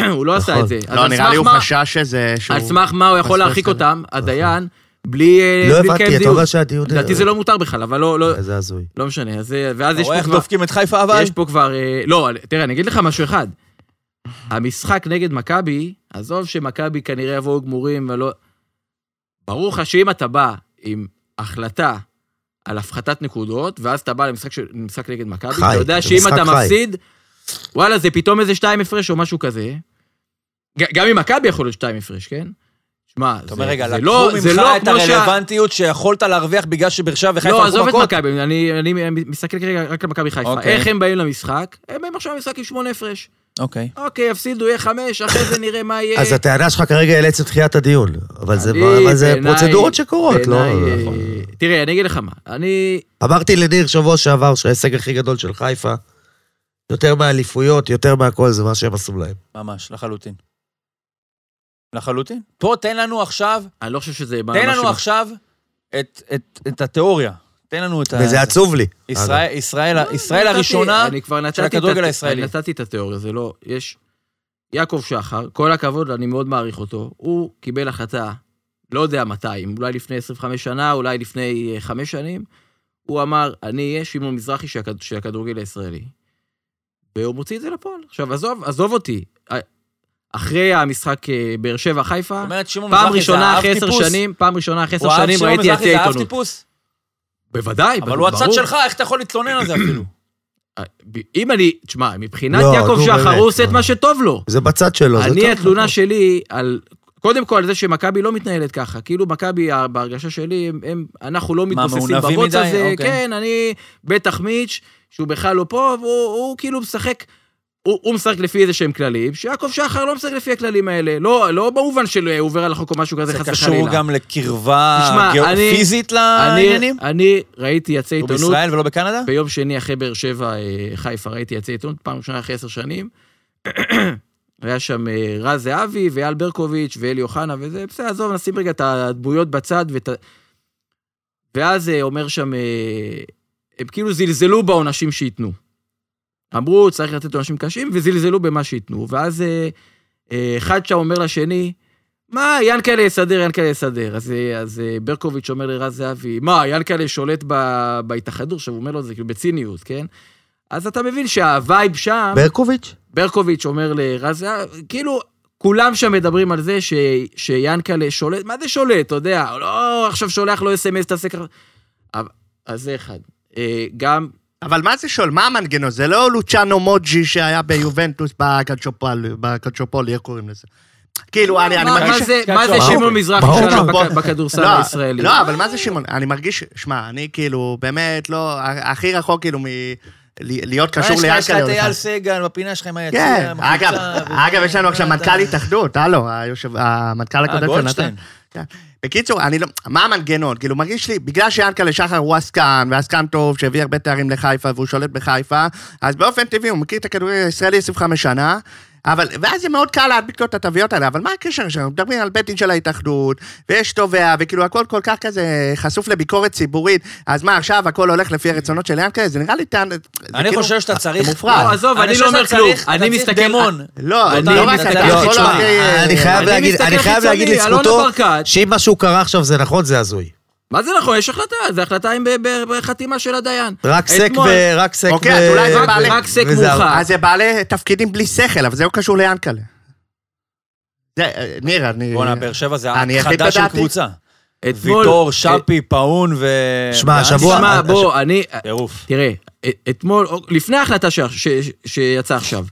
הוא לא עשה
נכון.
את זה. אז
לא,
על
נראה
סמך
לי הוא
מה-
חשש שזה... שהוא-
על סמך מה הוא יכול
פספס
להרחיק
את זה.
אותם, הדיין, בלי אה,
לא
בלי לקיים
הבנתי, אתה
דיון.
אומר שהדיון...
לדעתי זה לא מותר בכלל, אבל לא, לא,
איזה הזוי.
לא משנה. אז, אה, ואז יש
רואה
פה
איך
כבר...
דופקים לא את חיפה אבל?
יש פה כבר... אה, לא, תראה, אני אגיד לך משהו אחד. המשחק נגד מכבי, עזוב שמכבי כנראה יבואו גמורים ולא... ברור לך שאם אתה בא עם החלטה על הפחתת נקודות, ואז אתה בא למשחק של- משחק נגד מכבי,
חי,
אתה יודע
זה
שאם
משחק
אתה
חי.
מפסיד, וואלה, זה פתאום איזה שתיים הפרש או משהו כזה. ג- גם עם מכבי יכול להיות שתיים הפרש, כן? שמע,
אתה אומר,
זה,
רגע,
זה
לקחו
לא, זה
ממך
לא
את
כמו שה...
הרלוונטיות שיכולת להרוויח בגלל שבאר-שבע וחיפה
לא,
הלכו
עזוב את
מכות.
מכבי, אני, אני מסתכל כרגע רק על מכבי חיפה.
אוקיי.
איך הם באים למשחק? הם באים עכשיו למשחק עם שמונה הפרש.
אוקיי.
אוקיי, יפסידו, יהיה חמש, אחרי זה נראה מה יהיה.
אז הטענה שלך כרגע היא לעצם דחיית הדיון, אבל זה-
אה, אני,
אבל זה
בעיניי-
פרוצדורות שקורות, לא...
בעיניי, אה, תראה, אני אגיד לך מה, אני...
אמרתי לניר שבוע שעבר שההישג הכי גדול של חיפה, יותר מהאליפויות, יותר מהכל, זה מה שהם עשו להם.
ממש, לחלוטין. לחלוטין. פה תן לנו עכשיו,
אני לא חושב שזה...
תן לנו עכשיו את- את- את התיאוריה. תן לנו את ה...
וזה עצוב לי.
ישראל- ישראל ה-
לא,
ישראל
נתתי-
הראשונה,
אני כבר נתתי
של הכדורגל
את הת-
הישראלי.
אני נתתי את התיאוריה, זה לא... יש... יעקב שחר, כל הכבוד, אני מאוד מעריך אותו, הוא קיבל החלטה, לא יודע מתי, אולי לפני 25 שנה, אולי לפני 5 שנים, הוא אמר, אני אהיה שמעון מזרחי של הכד- של הכדורגל הישראלי. והוא מוציא את זה לפועל. עכשיו, עזוב, עזוב אותי. אה, אחרי המשחק אה, באר שבע חיפה,
זאת אומרת, שמעון
פעם
מזרחי זה
ראשונה
האב
אחרי עשר
טיפוס.
שנים, פעם ראשונה אחרי עשר
הוא אהב
שנים
שמעון
ראיתי
מזרחי
יציעי
זה אהב
עיתונות.
טיפוס.
בוודאי,
אבל הוא הצד
ברור.
שלך, איך אתה יכול להתלונן על זה אפילו?
אם אני, תשמע, מבחינת
לא,
יעקב
נו,
שחר,
באמת,
הוא עושה את
לא.
מה שטוב לו.
זה בצד שלו, זה טוב.
אני, התלונה שלי על... קודם כל, על זה שמכבי לא מתנהלת ככה. כאילו, מכבי, ה- בהרגשה שלי, הם, הם, אנחנו לא מתבוססים
מעונבים
בבוץ
מדי?
הזה.
אוקיי.
כן, אני בטח מיץ', שהוא בכלל לא פה, והוא הוא כאילו משחק... הוא, הוא משחק לפי איזה שהם כללים, שיעקב שחר לא משחק לפי הכללים האלה. לא, לא במובן של הוא עובר על החוק או משהו כזה,
זה לא.
חס
קשור
וחלילה.
גם לקרבה
תשמע,
גאו-
אני-
פיזית
אני,
לעניינים?
אני ראיתי יצא
הוא
עיתונות
בישראל ולא בקנדה?
ביום שני אחרי באר שבע, אה, חיפה, ראיתי יצא עיתון, פעם ראשונה אחרי עשר שנים. *clears throat* היה שם אה, רז זהבי ואייל ברקוביץ' ואלי אוחנה וזה, בסדר, עזוב, נשים רגע את הדמויות בצד ואת... ה- ואז אה, אומר שם, אה, הם כאילו זלזלו בעונשים שייתנו. אמרו, צריך לתת עונשים קשים, וזלזלו במה שייתנו. ואז אה, אה, אחד שם אומר לשני, מה, ינקלה יסדר, ינקלה יסדר. אז, אה, אז אה, ברקוביץ' אומר לרז זהבי, מה, ינקלה שולט ב- בהתאחדות? עכשיו, הוא אומר לו את זה כאילו בציניות, כן? אז אתה מבין שהווייב שם,
ברקוביץ'?
ברקוביץ' אומר לרז זהבי, כאילו, כולם שם מדברים על זה ש, שיאנקלה שולט, מה זה שולט, אתה יודע, הוא לא עכשיו שולח לו אס.אם.אס, תעשה ככה. אבל- אז זה אחד. אה, גם
אבל מה זה שואל? מה המנגנון? זה לא לוצ'אנו מוג'י שהיה ביובנטוס בקצ'ופול, בקצ'ופולי, איך קוראים לזה? כאילו, אני אני
מה- מה
מרגיש...
זה- מה זה
ברור.
שמעון מזרחי
ברור.
שלנו
ברור.
בכ- בכדורסל
לא,
הישראלי?
לא, אבל מה זה שמעון? אני מרגיש, שמע, אני כאילו, באמת, לא, הכי רחוק כאילו מ... להיות
מה,
קשור
לא, יש לך- יש לך
ליענקל'ה.
את
או לך.
אייל סגל בפינה שלך עם היציע,
כן,
עם
אגב,
החולצה, וזה, לא
אגב, יש לנו עכשיו
ואתה-
מנכ"ל התאחדות, הלו, היושב- המנכ"ל הקודם של
אה, גולדשטיין.
נתן. כן. בקיצור, אני לא... מה המנגנון? כאילו, מרגיש לי, בגלל שיענקל'ה שחר הוא עסקן, ועסקן טוב, שהביא הרבה תארים לחיפה, והוא שולט בחיפה, אז באופן טבעי הוא מכיר את הכדורגל הישראלי 25 שנה, אבל... ואז זה מאוד קל להדביק לו את התוויות האלה, אבל מה הקשר שלנו? מדברים על בית דין של ההתאחדות, ויש תובע, וכאילו הכל כל כך כזה חשוף לביקורת ציבורית, אז מה, עכשיו הכל הולך לפי הרצונות של יענקל'ה? זה נראה לי טען... זה
אני
כאילו-
חושב שאתה צריך...
זה מופרע.
לא, עזוב, אני
חושב
לא אומר
שאתה
כלום.
צריך-
אני
אתה צריך
מסתכל-
דמון.
לא,
אני-
אני לא רק...
אתה-
אתה
לא,
יכול
תשמע,
להביא-
אני חייב
אה, אני
להגיד,
מסתכל
אני חייב
חיצוני,
להגיד
אלונה
לזכותו,
ברקת.
שאם מה שהוא קרא עכשיו זה נכון, זה הזוי.
מה זה נכון? יש החלטה, זו החלטה עם- ב- ב- בחתימה של הדיין.
רק סק
אתמול-
ו... רק סק
אוקיי, אז אולי זה בעלי-
אה, רק סק
וזה-
מורחב.
אז זה בעלי תפקידים בלי שכל, אבל זה לא קשור ליענקל'ה. זה, אה, ניר, אני...
בואנה, באר שבע זה
אני יחיד
ההכחדה של
בדעתי.
קבוצה.
אתמול-
ויטור, שפי, פאון ו...
שמע,
ואנטי.
השבוע-
תשמע,
אה,
בוא, אני...
טירוף.
תראה, את- אתמול, או- לפני ההחלטה ש- ש- ש- שיצאה עכשיו,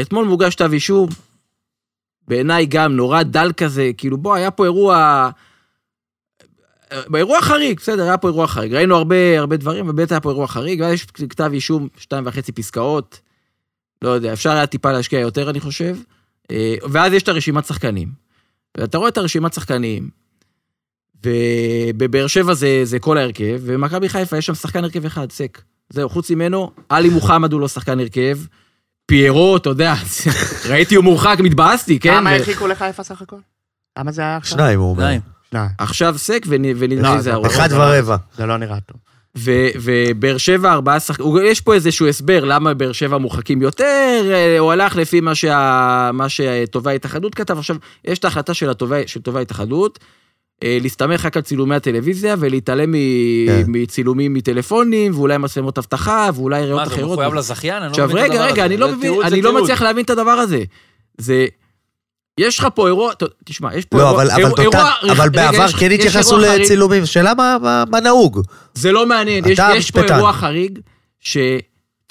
אתמול מוגש כתב אישום, בעיניי גם נורא דל כזה, כאילו בוא, היה פה אירוע... באירוע חריג, בסדר, היה פה אירוע חריג. ראינו הרבה, הרבה דברים, ובאמת היה פה אירוע חריג, ואז יש כתב אישום, שתיים וחצי פסקאות, לא יודע, אפשר היה טיפה להשקיע יותר, אני חושב. אה, ואז יש את הרשימת שחקנים. ואתה רואה את הרשימת שחקנים, ובבאר שבע זה, זה כל ההרכב, ובמכבי חיפה יש שם שחקן הרכב אחד, סק. זהו, חוץ ממנו, עלי מוחמד הוא לא שחקן הרכב. פיירו, אתה יודע, *laughs* ראיתי הוא מורחק, מתבאסתי, כן?
כמה
ו-
הרחיקו לחיפה סך הכל? כמה זה היה עכשיו?
לא,
שניים אה. הוא אומר.
שניים.
שניים.
עכשיו סק ונ- ונדמה
לא,
לי זה
זה
ארוך.
אחד ורבע.
זה לא נראה טוב.
ו- ובאר שבע ארבעה שחקנים, יש פה איזשהו הסבר למה באר שבע מורחקים יותר, אה, הוא הלך לפי מה, שה- מה שטובי ההתאחדות כתב. עכשיו, יש את ההחלטה של הטובי- של טובי ההתאחדות, אה, להסתמך רק על צילומי הטלוויזיה ולהתעלם מ-
כן.
מצילומים מטלפונים, ואולי מצלמות אבטחה, ואולי ראיות
מה, זה
אחרות.
מחויב לזכיין? אני לא
עכשיו,
מבין את הדבר
רגע,
הזה.
רגע, אני לא
זה
מבין,
תיעוד, זה
אני לא
תיעוד.
מצליח להבין את הדבר הזה. זה... יש לך פה אירוע, טוב, תשמע, יש פה
לא,
אירוע...
אבל, אבל,
אירוע-
אירוע,
אירוע-
אבל
רגע,
בעבר
יש-
כן
יש
התייחסו
אירוע חריג.
לצילומים, שאלה מה, מה, מה נהוג.
זה לא מעניין,
אתה
יש, יש פה
המשפטן.
אירוע חריג, שאתה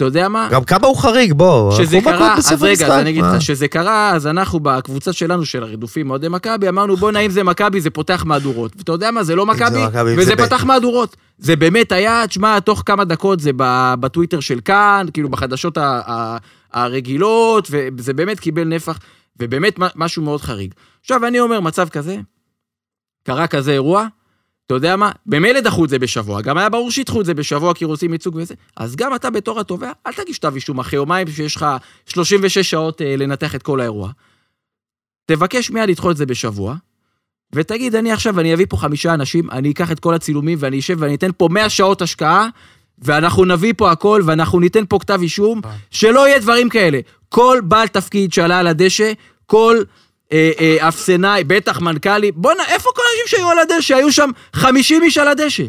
יודע מה?
גם כמה הוא חריג, בוא.
שזה
אנחנו מכות
קרה,
בסוף
אז רגע, אז
המשחק,
אני אגיד
מה?
לך, שזה קרה, אז אנחנו בקבוצה שלנו, של הרדופים, אוהדי מכבי, אמרנו בואנה אם זה מכבי זה פותח מהדורות. ואתה יודע מה, זה לא מכבי,
מכבי,
וזה
זה ב-
פתח מהדורות. זה באמת היה, תשמע, תוך כמה דקות זה ב- בטוויטר של כאן, כאילו בחדשות ה- ה- הרגילות, וזה באמת קיבל נפח, ובאמת מה- משהו מאוד חריג. עכשיו, אני אומר, מצב כזה, קרה כזה אירוע, אתה יודע מה? במילא דחו את זה בשבוע, גם היה ברור שידחו את זה בשבוע כי רוצים ייצוג וזה. אז גם אתה בתור התובע, אל תגיש כתב אישום אחרי יומיים שיש לך 36 שעות אה, לנתח את כל האירוע. תבקש מיד לדחות את זה בשבוע, ותגיד, אני עכשיו, אני אביא פה חמישה אנשים, אני אקח את כל הצילומים ואני אשב ואני אתן פה 100 שעות השקעה, ואנחנו נביא פה הכל, ואנחנו ניתן פה כתב אישום,
נכון.
שלא יהיה דברים כאלה. כל בעל תפקיד שעלה על הדשא, כל אה, אה, אפסנאי, בטח מנכ"לי, בואנה, איפה כל האנשים שהיו על הדשא? היו שם 50 איש על הדשא.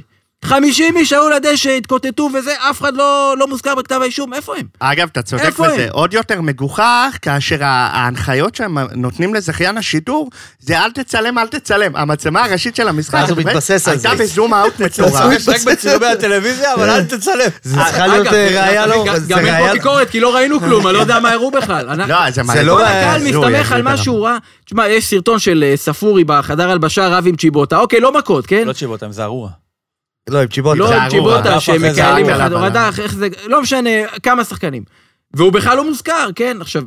50 איש היו על הדשא, התקוטטו וזה, אף אחד לא, לא מוזכר בכתב האישום, איפה הם?
אגב, אתה צודק
איפה
בזה.
הם?
עוד יותר מגוחך, כאשר ה- ההנחיות שהם נותנים לזכיין השידור, זה אל תצלם, אל תצלם. המצלמה הראשית של המשחק,
אז הוא מתבסס על זה.
הייתה
*laughs*
בזום אאוט מטורף.
הוא
רק
מתבסס.
בצילומי הטלוויזיה,
אה.
אבל אל
*laughs*
תצלם.
זה צריכה להיות
אגב,
אה, ראייה
גם-
לא...
גם-
זה
גם אין
ראייה-
פה ביקורת, כי לא ראינו כלום, אני לא יודע מה הראו בכלל. אנחנו-
לא, זה מלא.
זה *laughs* לא
כל
היה-
הקהל
הקהל
הזוי,
מסתמך על
הזוי
משהו רע. תשמע, יש סרטון של אה, ספורי בחדר הלבשה רב עם צ'יבוטה. אוקיי, לא מכות, כן?
לא תשיב אותם, זה ארורה.
לא, עם צ'יבוטה.
לא עם
זערורה.
צ'יבוטה,
רף
שהם
אחרי
מקהלים
זערורה.
אחד, הורדה, איך זה... לא משנה, כמה שחקנים. והוא בכלל לא מוזכר, כן? עכשיו...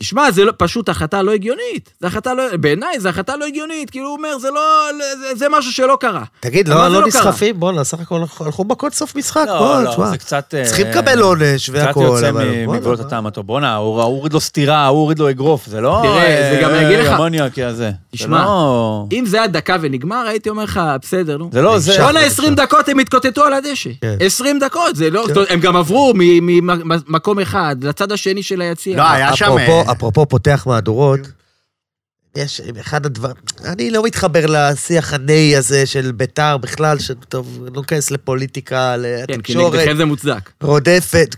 תשמע, זה לא, פשוט החלטה לא הגיונית. זה החלטה לא... בעיניי, זו החלטה לא הגיונית. כאילו, הוא אומר, זה לא... זה, זה משהו שלא קרה.
תגיד,
אבל
לא
זה
לא
לא קרה.
נסחפים? בואנה, סך הכל הלכו מכות סוף משחק,
לא,
בוא,
לא,
תשמע.
זה קצת... אה,
צריכים לקבל עונש
קצת
והכול,
יוצא
אבל...
מ-
בואנה,
מגבולות
מה?
הטעם הטוב. בואנה, ההוא ההוא הוריד לו סטירה, ההוא הוריד לו אגרוף, זה לא...
תראה, זה
אה,
גם אני אגיד לך-
המוניאק הזה.
תשמע,
זה לא-
אם זה היה דקה ונגמר, הייתי אומר לך, בסדר, נו.
זה לא זה.
בואנה, 20 דקות הם התקוטטו על הדשא.
כן.
20 דקות, זה
כן.
לא... הם גם עברו ממקום אחד לצד השני של היציע.
לא, היה שם...
אפרופו, אפרופו פותח מהדורות, יש אחד הדברים, אני לא מתחבר לשיח הניי הזה של ביתר בכלל, שטוב, לא ניכנס לפוליטיקה,
כן, כי
לתקשורת,
נגדכם זה מוצדק.
רודפת.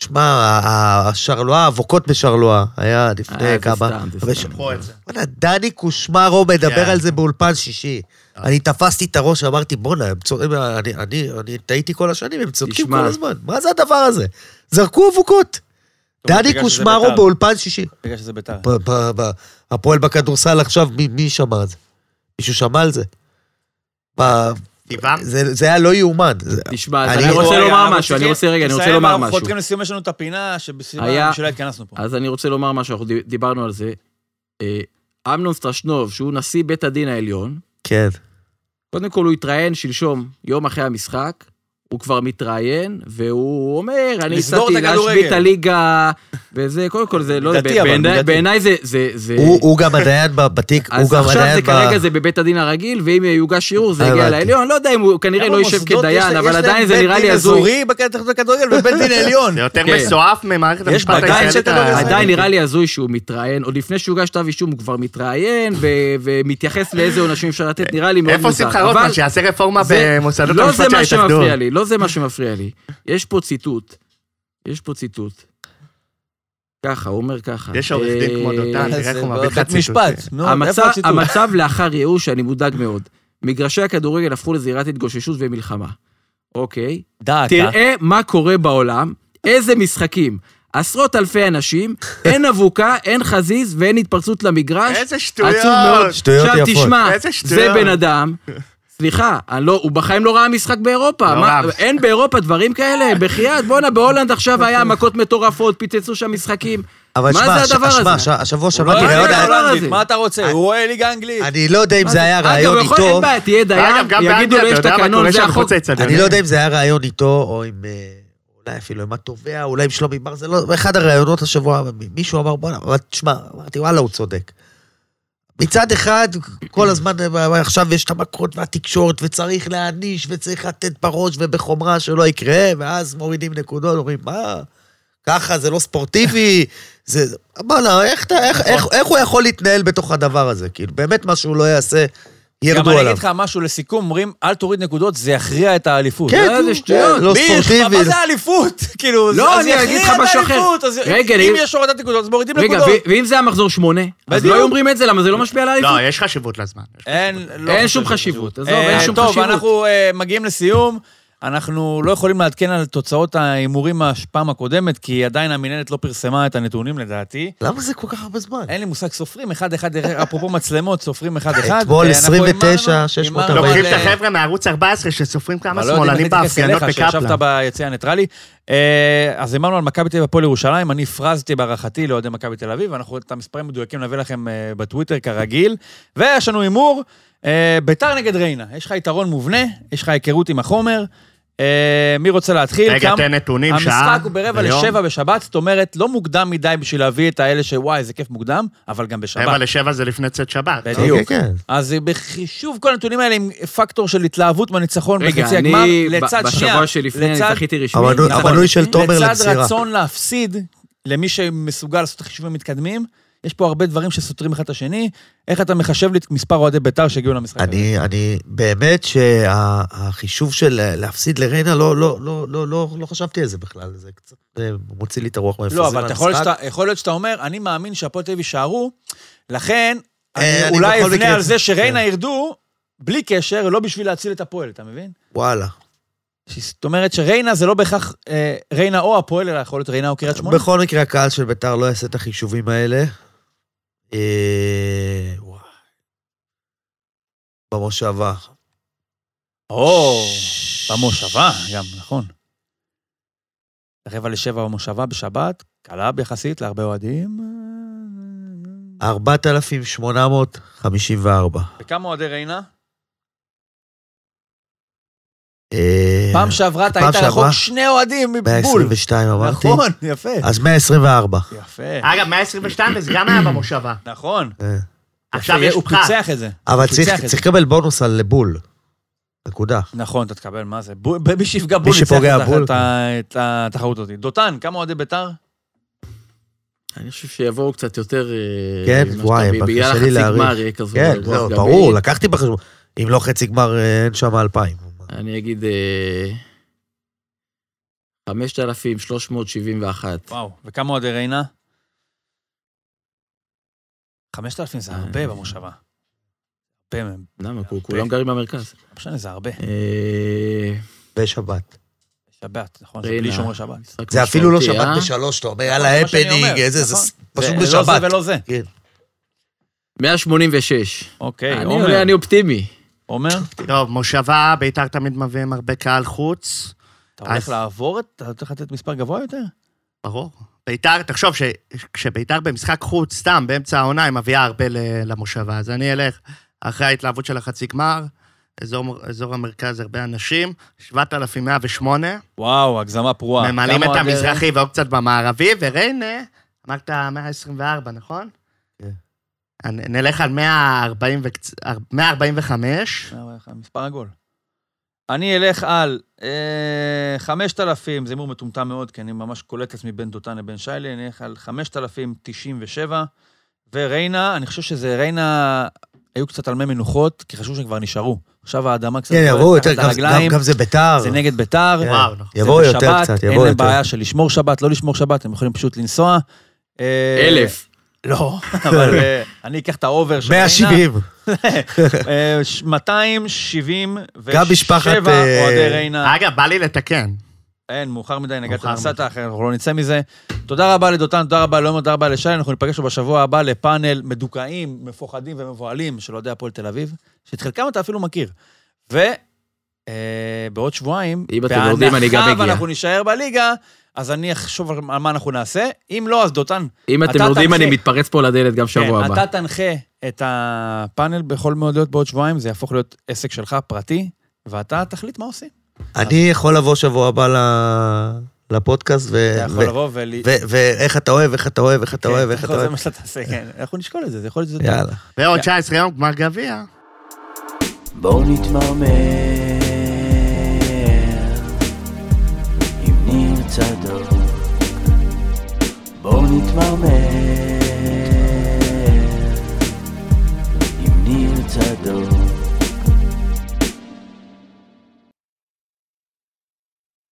שמע, ה- ה- השרלואה, האבוקות בשרלואה, היה
אה,
לפני
זה
כמה...
סתם, זה
אבל
סתם.
ש-
פה את זה.
בוא'נה, דני קושמרו מדבר
כן.
על זה באולפן שישי.
אה.
אני תפסתי את הראש, אמרתי, בוא'נה, הם צודקים, אני- אני אני טעיתי כל השנים, הם צודקים
תשמע.
כל הזמן. מה זה הדבר הזה? זרקו אבוקות.
טוב,
דני
בגלל שזה
קושמרו
בית"ר.
באולפן שישי.
בגלל שזה ביתר.
ב- ב- ב- הפועל בכדורסל עכשיו, מי- מי שמע על זה? מישהו שמע על זה? מה,
טבעם?
זה זה היה לא יאומן. זה-
תשמע, אז
אני-
אני רוצה
רגע,
לומר
אנחנו
משהו, אני
צריכים
רוצה, רגע, אני רוצה
לסיים,
לומר
אנחנו
משהו.
חותרים לסיום, יש לנו את הפינה שבסביבה
היה-
בשבילה התכנסנו פה.
אז אני רוצה לומר משהו, אנחנו די- דיברנו על זה. אה, אמנון סטרשנוב, שהוא נשיא בית הדין העליון,
כן.
קודם כל הוא התראיין שלשום, יום אחרי המשחק, הוא כבר מתראיין, והוא אומר, אני
לסגור את
הצעתי להשבית
הכדורגל."
את הליגה, וזה, קודם כל זה, לא,
מידתי, אבל,
בעיני-
מידתי.
בעיניי זה- זה... זה-
הוא הוא גם הדיין ב- בתיק, הוא
אה. *laughs* אז
גם
עכשיו
הדיין
זה
ב...
כרגע זה בבית הדין הרגיל, ואם יוגש ערעור זה יגיע
הבנתי.
לעליון, לא יודע אם הוא כנראה
כמה
לא יישב
מוסדות יש
כדיין,
לה-
אבל
יש להם
עדיין זה
בית
נראה לי
דין
הזוי.
אזורי בהתאחדות הכדורגל ובית *laughs* דין עליון.
זה יותר
כן.
מסועף ממערכת
יש
המשפט
בג"ץ
הישראלית.
שאתה לא
ה-
מזהה.
אה, עדיין נראה לי הזוי שהוא מתראיין, עוד לפני שהוגש כתב אישום הוא כבר מתראיין ו- ומתייחס לאיזה עונשים אפשר לתת, נראה לי מאוד לא מוזר.
אה, איפה שמחה
אבל-
רוטמן, שיעשה רפורמה
זה-
במוסדות
לא
המשפט
זה
של
מה
ההתאחדות?
שמפריע לי, לא זה מה שמפריע לי. יש פה ציטוט, יש פה ציטוט. ככה, הוא אומר ככה.
יש עורך דין כמו
אה,
דותן, תראה איך הוא מביא לך
בית
ציטוטים.
משפט. נו,
המצב,
לא, איפה הציטוט?
המצב לאחר ייאוש, אני מודאג מאוד. מגרשי הכדורגל הפכו לזירת התגוששות ומלחמה. אוקיי.
דע אתה.
תראה מה קורה בעולם, איזה משחקים. עשרות אלפי
*laughs*
אנשים, אין אבוקה, אין חזיז ואין התפרצות למגרש.
איזה שטויות.
עצוב מאוד.
שטויות
עכשיו
יפות.
תשמע,
איזה
זה
שטויות.
בן
*laughs*
אדם, סליחה, אני לא, הוא בחיים לא ראה משחק באירופה.
לא
מה,
רב.
אין באירופה דברים כאלה? בחייאת, בואנה, בהולנד עכשיו היה מכות מטורפות, פיצצו שם משחקים.
אבל
מה
שמע,
זה הדבר
הש- שמע,
הזה?
הש- השבוע
לא
שמעתי
היה
ראיון,
הדבר
אני-
הזה.
מה אתה רוצה? הוא רואה ליגה אנגלית.
אני לא יודע אם זה היה
אגב,
ראיון
יכול- אין
איתו,
בעיה, תהיה דיין,
אגב, גם
יגידו
באנגליה,
לו יש
אתה יודע מה
תקנון,
קורה
זה
שם
החוק.
מחוץ לאצטדיונים?
אני לא יודע אם זה היה ראיון איתו, או עם... אה, אולי אפילו עם התובע, אולי עם שלומי בר, זה לא... באחד הראיונות השבוע, מישהו אמר, בואנה, אבל תשמע, אמרתי, וואלה, הוא צודק. מצד אחד, כל הזמן, אה, עכשיו יש את המכות והתקשורת, וצריך להעניש, וצריך לתת בראש ובחומרה שלא יקרה, ואז מורידים נקודות, אומרים, מה, ככה זה לא ספורטיבי, *laughs* זה... בואנה, איך, אתה- איך,
נכון.
איך, איך הוא יכול להתנהל בתוך הדבר הזה? כאילו, באמת מה שהוא לא יעשה,
גם
ירדו
אני
עליו.
אגיד לך משהו לסיכום, אומרים, אל תוריד נקודות, זה יכריע את האליפות.
כן,
לא, זה
כן,
שטויות.
לא
מי,
ספורטיבי.
מה זה האליפות? *laughs* כאילו,
לא,
אז
אני
יכריע
אגיד לך
את
משהו אחר.
האליפות, אז
רגע,
אם
אני-
יש הורדת נקודות, אז מורידים
רגע,
נקודות.
ו- ואם זה המחזור שמונה, אז
בדיוק.
לא היו אומרים את זה, למה זה לא משפיע על האליפות?
לא, יש חשיבות לזמן.
אין, לא
אין
חושב
שום
שזה
חשיבות,
חשוב.
עזוב, אין
אה,
שום
טוב,
חשיבות.
אנחנו אה, מגיעים לסיום. אנחנו לא יכולים לעדכן על תוצאות ההימורים מהפעם הקודמת, כי עדיין המינהלת לא פרסמה את הנתונים לדעתי.
למה זה כל כך הרבה זמן?
אין לי מושג, סופרים אחד אחד, *laughs* אפרופו מצלמות, סופרים אה, אחד אחד.
אתמול
ואנחנו
29,
הימרנו-
640.
הימרנו
לוקחים
על,
את
אה,
החבר'ה מערוץ 14 שסופרים כמה
אבל לא יודעים
שמאלנים
איך להתייחס
בהפגנות
אליך,
בקפלן.
שישבת ביציע הניטרלי. אה, אז אמרנו על מכבי תל אביב הפועל ירושלים, אני הפרזתי בהערכתי לאוהדי מכבי תל אביב, אנחנו את המספרים המדויקים נביא לכם אה, בטוויטר כרגיל. ויש לנו הימור, אה, ביתר נגד ריינה. יש לך יתרון מובנה, יש לך היכרות עם החומר. אה, מי רוצה להתחיל?
רגע,
כמה-
תן נתונים, שעה.
המשחק הוא ברבע
ויום.
לשבע בשבת, זאת אומרת, לא מוקדם מדי בשביל להביא את האלה שוואי, איזה כיף מוקדם, אבל גם בשבת.
רבע לשבע זה לפני צאת שבת.
כן,
בדיוק.
כן.
אז בחישוב כל הנתונים האלה עם פקטור של התלהבות מהניצחון
רגע,
בקצה
אני
הגמר,
ב-
לצד שנייה,
בשבוע שלפני אני
לצד-
זכיתי רשמי.
אבל נו-
נכון.
אבל המנוי של תומר
לצד
למסירה.
רצון להפסיד, למי שמסוגל לעשות את החישובים המתקדמים, יש פה הרבה דברים שסותרים אחד את השני. איך אתה מחשב לי את מספר אוהדי בית"ר שהגיעו למשחק הזה?
אני, אני, באמת שהחישוב של להפסיד לריינה, לא, לא, לא, לא, לא, לא חשבתי על זה בכלל, זה קצת אה, מוציא לי את הרוח מהמפרסים
לא, אבל אתה יכול להיות
מהמשחק.
שאתה- יכול להיות שאתה אומר, אני מאמין שהפועל תל אביב יישארו, לכן
אה,
אני
אני
אולי
בכל
אבנה
מקרה-
על זה שריינה
כן.
ירדו, בלי קשר, לא בשביל להציל את הפועל, אתה מבין?
וואלה.
זאת אומרת שריינה זה לא בהכרח אה, ריינה או הפועל, אלא יכול להיות ריינה או קריית שמונה.
בכל מקרה, הקהל של ביתר לא יעשה את החישובים האלה. אה, וואי. במושבה.
או, במושבה גם, נכון. רבע לשבע במושבה בשבת, קלה יחסית להרבה אוהדים.
4,854.
וכמה אוהדי ריינה?
אה,
פעם שעברה אתה
פעם
היית רחוק
שעברה?
שני אוהדים מבול.
122 אמרתי.
נכון, יפה.
אז 124.
יפה,
אגב, 122 זה גם היה במושבה.
נכון.
אה.
עכשיו
יפה,
יש
הוא
פחת.
פיצח את זה.
אבל
הוא
צריך
פיצח את
צריך
זה.
לקבל בונוס על בול. נקודה.
נכון, אתה תקבל, מה זה? בול- מי שיפגע בול ניצח
שפוגע
את ה-
בול.
את ה- את התחרות הזאת. דותן, כמה אוהדי בית"ר?
אני חושב שיבואו קצת יותר... אה,
כן,
ממה שאתה-
וואי,
ב-
אבל
בגלל
קשה לי
החצי
להעריך.
גמר יהיה כזו
כן,
אה,
רוח
זהו,
גבית.
ברור, לקחתי בחשבון. אם לא חצי גמר, אה, אין שם 2,000.
אני אגיד... אה, 5,371.
וואו, וכמה אוהדי ריינה? 5,000 זה הרבה במושבה. הרבה מהם.
למה? כול- כולם גרים במרכז.
לא משנה, זה הרבה.
אה,
בשבת.
שבת, נכון, זה
ריינה.
בלי שומרי שבת.
משחק
זה אפילו לא
משמעותי, אה?
שבת בשלוש, אתה אומר,
זה לא
יאללה,
מה שאני אומר,
הפנינג, איזה, זה
נכון.
ס- פשוט
זה לא
בשבת.
זה ולא זה.
כן.
186.
אוקיי,
אני
עומר.
אני אופטימי.
עומר,
טוב, מושבה, ביתר תמיד מביאים הרבה קהל חוץ.
אתה הולך
אז-
לעבור את... אתה צריך לתת מספר גבוה יותר?
ברור. ביתר, תחשוב שכשביתר במשחק חוץ, סתם, באמצע העונה, היא מביאה הרבה ל- למושבה. אז אני אלך אחרי ההתלהבות של החצי גמר, אזור, אזור המרכז, הרבה אנשים, 7,108,
וואו, הגזמה פרועה.
ממלאים
כמה
את
אוהדי-
המזרחי ועוד קצת במערבי, וריינה, אמרת 124, נכון?
כן.
אני- נלך על 140 וקצ... 145,
מספר עגול. אני אלך על אה, 5,000, זה הימור מטומטם מאוד, כי אני ממש קולט את עצמי בין דותן לבין שיילי, אני אלך על 5,097, וריינה, אני חושב שזה ריינה, היו קצת על מי מנוחות, כי חשבו שהם כבר נשארו. עכשיו האדמה קצת...
כן,
בוערת
יבואו יותר,
תחת
גם-
הרגליים,
גם- גם זה ביתר.
זה נגד ביתר.
כן.
וואו, נכון.
יבואו
זה
יותר
בשבת,
קצת,
אין
יבואו
להם
יותר.
בעיה של לשמור שבת, לא לשמור שבת, הם יכולים פשוט לנסוע. אה,
אלף.
*laughs*
לא, אבל אה, אני אקח את האובר של נכון. ריינה.
170.
אה, ש- 277
גם משפחת, אה,
אוהדי ריינה.
אגב, בא לי לתקן.
אין, מאוחר מדי, נגעת
מאוחר
נסעת,
מדי.
אחרת אנחנו לא נצא מזה. תודה רבה לדותן, תודה רבה לעומר, תודה רבה לשי, אנחנו ניפגש בשבוע הבא לפאנל מדוכאים, מפוחדים ומבוהלים של אוהדי הפועל תל אביב, שאת חלקם אתה אפילו מכיר. ו... אה, בעוד שבועיים,
אם אתם יורדים, אני גם מגיע.
ואנחנו נישאר בליגה, אז אני אחשוב על על מה אנחנו נעשה. אם לא, אז דותן,
אם
אתה
אתם יורדים,
תנחה.
אני מתפרץ פה לדלת גם שבוע
כן,
הבא.
אתה תנחה את הפאנל בכל מאוד להיות בעוד שבועיים, זה יהפוך להיות עסק שלך, פרטי, ואתה תחליט מה עושים.
אני יכול לבוא שבוע הבא ל- לפודקאסט, ו-
אתה יכול
ו-
לבוא ול...
ו- ואיך אתה אוהב, איך אתה אוהב, איך אתה
כן,
אוהב, איך אתה
זה
אוהב.
מה שאתה עושה, כן. אנחנו נשקול את זה, זה יכול להיות...
יאללה.
ועוד 19 יום גמר גביע.
בואו נתמרמר אם נמצא דור בואו נתמרמר אם נמצא דור